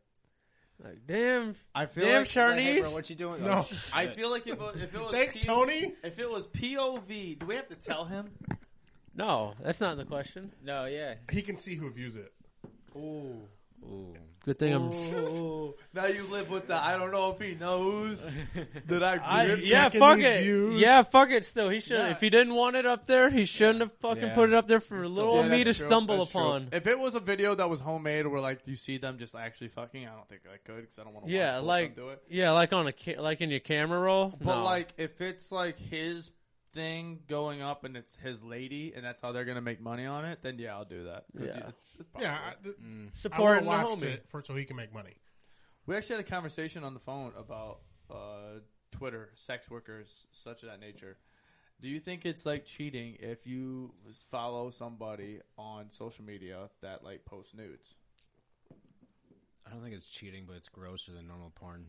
Speaker 2: Like, damn.
Speaker 1: I feel
Speaker 2: Damn,
Speaker 1: like-
Speaker 2: Charnice.
Speaker 3: what you doing?
Speaker 4: No.
Speaker 1: I feel like if, it- if it was
Speaker 4: Thanks,
Speaker 1: P-
Speaker 4: Tony.
Speaker 1: If it was POV, do we have to tell him?
Speaker 2: No, that's not the question.
Speaker 5: No, yeah.
Speaker 4: He can see who views it.
Speaker 1: Ooh.
Speaker 3: Ooh.
Speaker 2: Good thing
Speaker 1: Ooh. now you live with the I don't know if he knows that I,
Speaker 2: I,
Speaker 1: gripped
Speaker 2: yeah,
Speaker 4: checking
Speaker 2: fuck
Speaker 4: these
Speaker 2: it.
Speaker 4: views.
Speaker 2: Yeah, fuck it. Still, he should.
Speaker 5: Yeah.
Speaker 2: If he didn't want it up there, he shouldn't have fucking
Speaker 3: Yeah.
Speaker 2: put it up there for little old
Speaker 1: Yeah,
Speaker 2: me to
Speaker 1: that's true.
Speaker 2: stumble
Speaker 1: That's true.
Speaker 2: upon.
Speaker 1: If it was a video that was homemade, where like you see them just actually fucking, I don't think I could because I don't want to.
Speaker 2: Yeah, like
Speaker 1: do it.
Speaker 2: yeah, like on a ca- like in your camera roll.
Speaker 1: But
Speaker 2: No.
Speaker 1: like if it's like his thing going up and it's his lady and that's how they're gonna make money on it, then yeah, I'll do that. 'Cause
Speaker 2: Yeah.
Speaker 1: it's- it's possible.
Speaker 4: Yeah, I, th-
Speaker 1: Mm.
Speaker 4: I
Speaker 2: support
Speaker 4: want
Speaker 2: the
Speaker 4: to watch
Speaker 2: homie.
Speaker 4: it for so he can make money.
Speaker 1: We actually had a conversation on the phone about uh, Twitter, sex workers, such of that nature. Do you think it's like cheating if you follow somebody on social media that like posts nudes?
Speaker 3: I don't think it's cheating, but it's grosser than normal porn.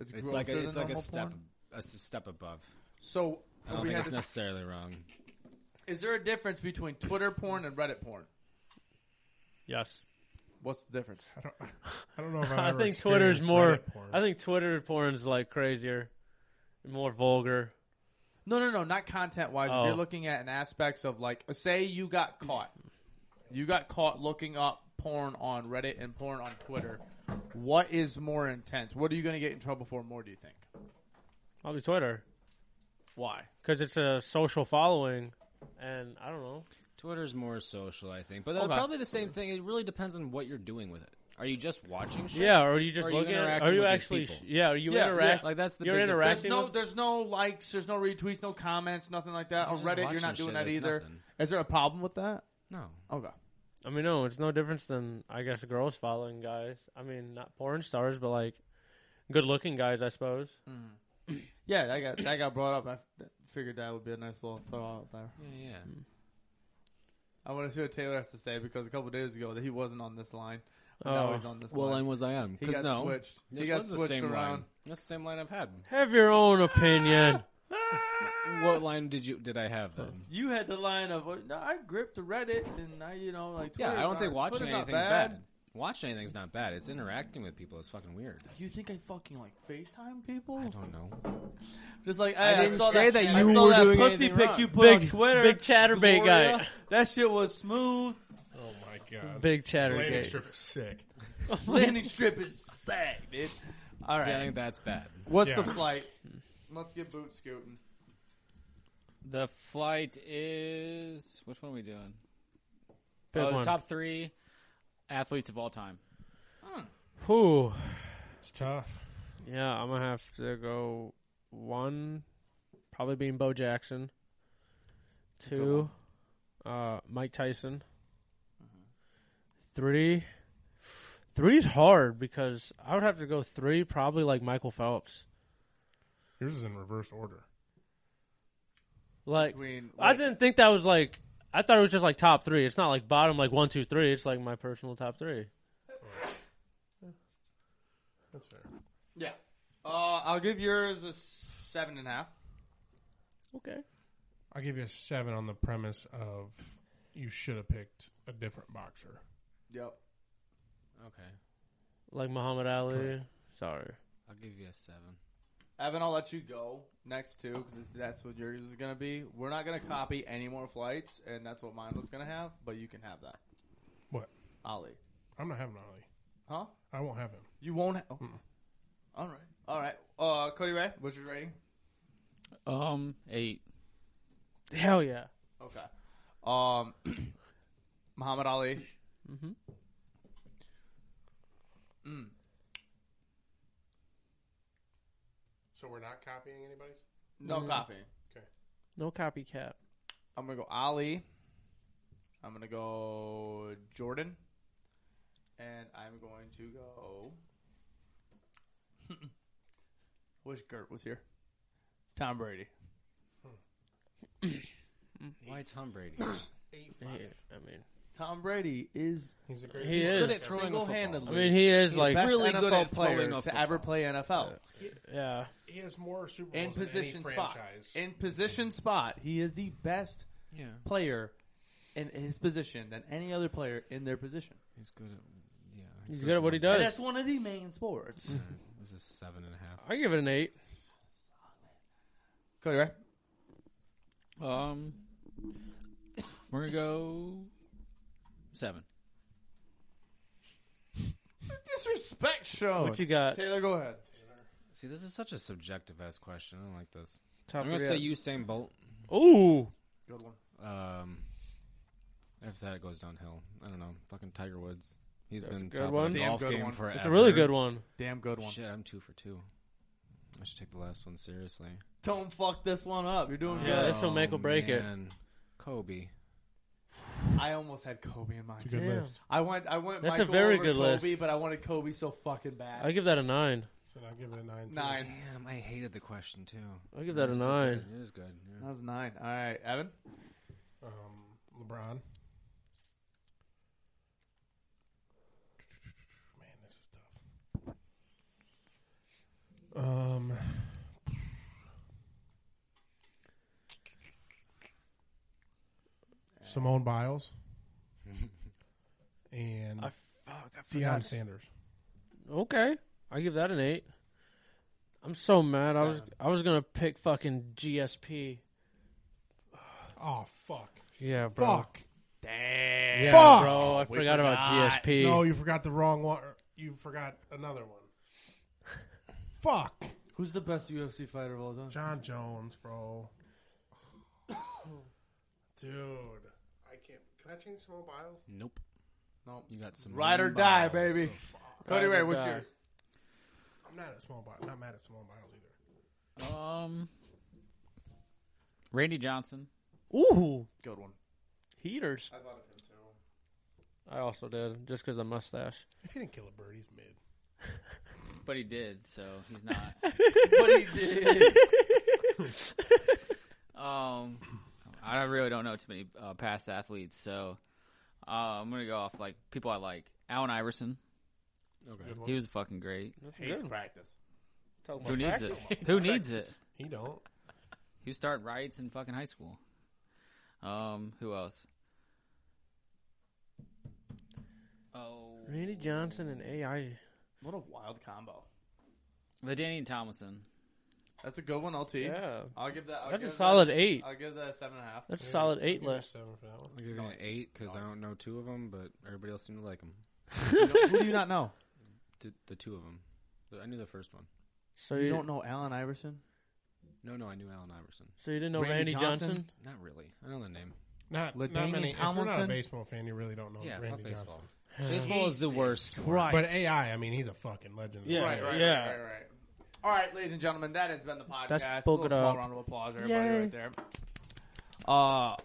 Speaker 3: It's
Speaker 1: grosser
Speaker 3: like a,
Speaker 1: than
Speaker 3: it's like a
Speaker 1: normal
Speaker 3: step
Speaker 1: porn?
Speaker 3: a s- step above.
Speaker 1: So
Speaker 3: I don't
Speaker 1: we
Speaker 3: think
Speaker 1: had
Speaker 3: it's
Speaker 1: this-
Speaker 3: necessarily wrong.
Speaker 1: is there a difference between Twitter porn and Reddit porn?
Speaker 2: Yes.
Speaker 1: What's the difference?
Speaker 4: I don't know if I've
Speaker 2: I
Speaker 4: ever
Speaker 2: think Twitter's
Speaker 4: experienced
Speaker 2: more.
Speaker 4: Reddit porn.
Speaker 2: I think Twitter porn's like crazier, more vulgar.
Speaker 1: No, no, no, not content wise.
Speaker 2: Oh.
Speaker 1: If you're looking at an aspects of like, say you got caught, you got caught looking up porn on Reddit and porn on Twitter. What is more intense? What are you going to get in trouble for more? Do you think?
Speaker 2: I'll be Twitter
Speaker 1: Why?
Speaker 2: because it's a social following, and I don't know.
Speaker 3: Twitter's more social, I think, but uh,
Speaker 1: Okay.
Speaker 3: probably the same thing. It really depends on what you're doing with it. Are you just watching shit?
Speaker 2: Yeah, or are you just
Speaker 3: Or you
Speaker 2: looking? at,
Speaker 3: interacting
Speaker 2: are you
Speaker 3: with these
Speaker 2: actually?
Speaker 3: people.
Speaker 2: Yeah, are you
Speaker 1: Yeah,
Speaker 2: interact?
Speaker 1: yeah.
Speaker 3: Like that's the
Speaker 2: You're
Speaker 3: big
Speaker 1: There's
Speaker 2: interacting
Speaker 3: difference.
Speaker 1: no, there's no likes, there's no retweets, no comments, nothing like that. On
Speaker 3: just
Speaker 1: Reddit, you're
Speaker 3: watching
Speaker 1: not doing
Speaker 3: shit,
Speaker 1: that
Speaker 3: that's
Speaker 1: either.
Speaker 3: nothing.
Speaker 1: Is there a problem with that?
Speaker 3: No.
Speaker 1: Okay.
Speaker 2: I mean, no, it's no difference than I guess girls following guys. I mean, not porn stars, but like good-looking guys, I suppose.
Speaker 1: Yeah, that got that got brought up. I f- figured that would be a nice little throw out there.
Speaker 3: Yeah, yeah.
Speaker 1: I want to see what Taylor has to say because a couple days ago that he wasn't on this line.
Speaker 2: Oh.
Speaker 1: Now he's on this
Speaker 3: Well,
Speaker 1: line.
Speaker 3: and was I on?
Speaker 1: He got
Speaker 3: Because no,
Speaker 1: switched.
Speaker 3: this
Speaker 1: he got
Speaker 3: was the
Speaker 1: switched
Speaker 3: same
Speaker 1: around.
Speaker 3: line. That's the same line I've had.
Speaker 2: Have your own opinion.
Speaker 3: What line did you did I have then?
Speaker 1: You had the line of, uh, no, I gripped the Reddit and I, you know, like,
Speaker 3: Yeah, I don't think watching
Speaker 1: Twitter's not
Speaker 3: anything's bad. Watching anything's not bad. It's interacting with people. It's fucking weird.
Speaker 1: You think I fucking like FaceTime people?
Speaker 3: I don't know.
Speaker 1: Just like
Speaker 3: I
Speaker 1: hey,
Speaker 3: didn't
Speaker 1: saw
Speaker 3: say that
Speaker 1: I
Speaker 3: you
Speaker 1: saw
Speaker 3: were
Speaker 1: that
Speaker 3: doing
Speaker 1: pussy
Speaker 3: anything
Speaker 1: pic
Speaker 3: wrong.
Speaker 1: you put
Speaker 2: Big-
Speaker 1: on Twitter.
Speaker 2: big chatterbait
Speaker 1: Gloria.
Speaker 2: guy.
Speaker 1: That shit was smooth.
Speaker 4: Oh my god.
Speaker 2: Big
Speaker 4: Landing
Speaker 2: chattergate.
Speaker 4: strip is sick.
Speaker 1: Landing strip is sad, dude. All
Speaker 3: See, I
Speaker 1: right,
Speaker 3: think that's bad.
Speaker 1: what's the
Speaker 4: Yes.
Speaker 1: flight? Let's get boot scooting.
Speaker 5: The flight is which one are we doing?
Speaker 2: Pick
Speaker 5: oh, the
Speaker 2: one.
Speaker 5: top three athletes of all time.
Speaker 2: Whew.
Speaker 4: It's tough.
Speaker 2: Yeah, I'm gonna have to go one, probably being Bo Jackson. Two, uh, Mike Tyson.
Speaker 1: Mm-hmm.
Speaker 2: Three, three's hard because I would have to go three, probably like Michael Phelps.
Speaker 4: Yours is in reverse order.
Speaker 2: Like
Speaker 1: Between
Speaker 2: I didn't think that was like I thought it was just like top three. It's not like bottom like one, two, three. It's like my personal top three.
Speaker 4: That's fair.
Speaker 1: Yeah, uh, I'll give yours a seven and a half.
Speaker 2: Okay.
Speaker 4: I'll give you a seven on the premise of you should have picked a different boxer.
Speaker 1: Yep.
Speaker 3: Okay,
Speaker 2: Like Muhammad Ali. Sorry.
Speaker 3: I'll give you a seven.
Speaker 1: Evan, I'll let you go next too because that's what yours is gonna be. We're not gonna copy any more flights, and that's what mine was gonna have. But you can have that,
Speaker 4: What?
Speaker 1: Ollie.
Speaker 4: I'm not having Ollie.
Speaker 1: Huh?
Speaker 4: I won't have him.
Speaker 1: You won't. Ha- oh. All right. All right. Uh, Cody Ray, what's your rating?
Speaker 5: Um, eight.
Speaker 2: Hell yeah.
Speaker 1: Okay. Um, Muhammad Ali. Mm-hmm.
Speaker 4: So we're not copying anybody's?
Speaker 1: No copy.
Speaker 2: No copycat.
Speaker 1: I'm gonna go Ali. I'm gonna go Jordan, and I'm going to go. Wish Gert was here. Tom Brady.
Speaker 3: Why Tom Brady?
Speaker 4: Eight
Speaker 2: Yeah, I mean,
Speaker 1: Tom Brady is
Speaker 4: He's a great
Speaker 2: He
Speaker 4: he's
Speaker 2: is.
Speaker 4: good at
Speaker 3: throwing the
Speaker 1: single handedly.
Speaker 2: I mean, he is like
Speaker 1: best
Speaker 3: really
Speaker 1: NFL
Speaker 3: good at throwing
Speaker 1: player
Speaker 3: a
Speaker 1: to ever
Speaker 3: football.
Speaker 1: play NFL.
Speaker 2: yeah.
Speaker 4: He has more Super Bowls
Speaker 1: in
Speaker 4: than
Speaker 1: position
Speaker 4: any
Speaker 1: spot.
Speaker 4: franchise.
Speaker 1: In position spot, he is the best
Speaker 3: Yeah,
Speaker 1: player in his position than any other player in their position.
Speaker 3: he's good at. Yeah,
Speaker 2: He's good at what he
Speaker 1: And
Speaker 2: does.
Speaker 1: that's one of the main sports.
Speaker 3: This is seven and a half.
Speaker 2: I give it an eight.
Speaker 1: Cody, right?
Speaker 5: Um, we're gonna go seven.
Speaker 1: Disrespect show.
Speaker 2: What you got?
Speaker 1: Taylor, go ahead.
Speaker 3: See, this is such a subjective ass question. I don't like this.
Speaker 2: Top
Speaker 3: I'm gonna
Speaker 2: three
Speaker 3: say
Speaker 2: out-
Speaker 3: Usain Bolt.
Speaker 2: Ooh,
Speaker 1: Good one.
Speaker 3: Um, after that it goes downhill. I don't know. Fucking Tiger Woods. He's
Speaker 2: That's a
Speaker 3: been
Speaker 2: good
Speaker 3: top of
Speaker 2: one.
Speaker 3: the
Speaker 1: Damn
Speaker 3: golf
Speaker 1: good
Speaker 3: game
Speaker 1: one.
Speaker 3: forever.
Speaker 2: it's a really good one.
Speaker 1: Damn good one.
Speaker 3: Shit, I'm two for two. I should take the last one seriously.
Speaker 1: Don't fuck this one up. You're doing
Speaker 2: Yeah,
Speaker 1: good.
Speaker 2: this will make or break it.
Speaker 3: it. Oh, Kobe.
Speaker 1: I almost had Kobe in mind.
Speaker 4: It's a good
Speaker 2: Damn.
Speaker 4: list.
Speaker 1: I went. I went.
Speaker 2: That's a
Speaker 1: Michael
Speaker 2: very
Speaker 1: over
Speaker 2: good
Speaker 1: Kobe,
Speaker 2: list.
Speaker 1: but I wanted Kobe so fucking bad.
Speaker 2: I give that a nine.
Speaker 4: So I'll give it a nine. too.
Speaker 1: nine.
Speaker 3: Damn, I hated the question too.
Speaker 2: I'll give that a
Speaker 3: It's so
Speaker 2: nine.
Speaker 3: good. It is good.
Speaker 1: That
Speaker 3: yeah.
Speaker 1: was nine. All right, Evan.
Speaker 4: Um, LeBron. Man, this is tough. Um, Simone Biles, and
Speaker 2: I, fuck, I
Speaker 4: Deion
Speaker 2: forgot.
Speaker 4: Sanders.
Speaker 2: Okay, I give that an eight. I'm so mad. I was I was gonna pick fucking GSP.
Speaker 4: Oh fuck!
Speaker 2: Yeah, bro.
Speaker 4: Fuck!
Speaker 1: Damn.
Speaker 2: Yeah,
Speaker 4: Fuck.
Speaker 2: bro. I
Speaker 1: We
Speaker 2: forgot, about
Speaker 1: forgot.
Speaker 2: GSP.
Speaker 4: No, you forgot the wrong one. You forgot another one. fuck!
Speaker 1: Who's the best UFC fighter of all time?
Speaker 4: John Jones, bro. Dude, I can't. Can I change Simone Biles?
Speaker 3: Nope.
Speaker 1: Nope.
Speaker 3: You got some.
Speaker 1: Ride or die, baby. Cody
Speaker 2: Ride or
Speaker 1: Ray, what's
Speaker 2: die.
Speaker 1: yours?
Speaker 4: I'm not at Simone Biles. Not mad at Simone Biles either.
Speaker 5: Um, Randy Johnson.
Speaker 2: Ooh,
Speaker 1: Good one.
Speaker 2: heaters.
Speaker 1: I thought of him too.
Speaker 2: I also did just because of mustache.
Speaker 4: If he didn't kill a bird, he's mid.
Speaker 5: But he did, so he's not.
Speaker 1: But he did.
Speaker 5: um, I don't- really don't know too many uh, past athletes, so uh, I'm gonna go off like people I like. Allen Iverson,
Speaker 3: Okay.
Speaker 4: Good one.
Speaker 5: he was fucking great.
Speaker 2: That's a
Speaker 1: Hates
Speaker 2: good. one.
Speaker 1: practice.
Speaker 2: Talking
Speaker 5: Who
Speaker 2: about
Speaker 5: needs it?
Speaker 2: practice.
Speaker 5: Who needs it?
Speaker 4: He don't.
Speaker 5: Who started riots in fucking high school? Um, who else? Oh,
Speaker 2: Randy Johnson and AI.
Speaker 1: What a wild combo.
Speaker 5: Ladainian Tomlinson.
Speaker 1: That's a good one, LT.
Speaker 2: Yeah,
Speaker 1: I'll give that. I'll
Speaker 2: That's a
Speaker 1: give that
Speaker 2: solid
Speaker 1: s-
Speaker 2: eight.
Speaker 1: I'll give that a seven and a half.
Speaker 2: that's a solid eight
Speaker 4: Give me a
Speaker 2: list.
Speaker 4: seven for that one.
Speaker 3: I'll give you an eight because I don't know two of them, but everybody else seemed to like them.
Speaker 1: Who do you not know?
Speaker 3: The two of them. I knew the first one.
Speaker 2: So
Speaker 1: You don't know Allen Iverson?
Speaker 3: No, no, I knew Allen Iverson.
Speaker 2: So you didn't know
Speaker 1: Randy
Speaker 2: Randy, Johnson?
Speaker 1: Johnson?
Speaker 3: Not really. I know the name.
Speaker 4: Not, not
Speaker 1: Ladainian
Speaker 4: many. If you're not a
Speaker 1: Tomlinson?
Speaker 4: baseball fan, you really don't know
Speaker 3: Yeah,
Speaker 4: Randy
Speaker 3: fuck
Speaker 4: Johnson.
Speaker 3: baseball. Baseball is the worst. sport.
Speaker 2: Right.
Speaker 4: But AI, I mean, he's a fucking legend.
Speaker 2: Yeah.
Speaker 1: Right, right,
Speaker 2: Yeah.
Speaker 1: right, right, right. All right, ladies and gentlemen, that has been the podcast.
Speaker 2: That's
Speaker 1: a
Speaker 2: book
Speaker 1: little
Speaker 2: it
Speaker 1: small
Speaker 2: up.
Speaker 1: round of applause, everybody,
Speaker 2: Yay.
Speaker 1: right there. Uh,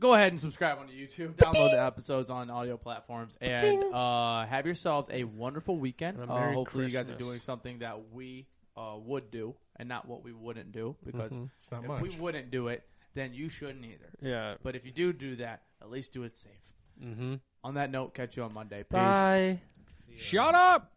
Speaker 1: go ahead and subscribe on YouTube. Download the episodes on audio platforms, and uh, have yourselves a wonderful weekend.
Speaker 2: And a
Speaker 1: Uh,
Speaker 2: Merry
Speaker 1: hopefully, you guys are
Speaker 2: Christmas.
Speaker 1: doing something that we uh, would do, and not what we wouldn't do. Because
Speaker 2: Mm-hmm.
Speaker 4: It's not
Speaker 1: if
Speaker 4: much.
Speaker 1: we wouldn't do it, then you shouldn't either.
Speaker 2: Yeah.
Speaker 1: But if you do do that, at least do it safe.
Speaker 2: Mm-hmm.
Speaker 1: On that note, catch you on Monday. Peace.
Speaker 2: Bye.
Speaker 5: Shut up.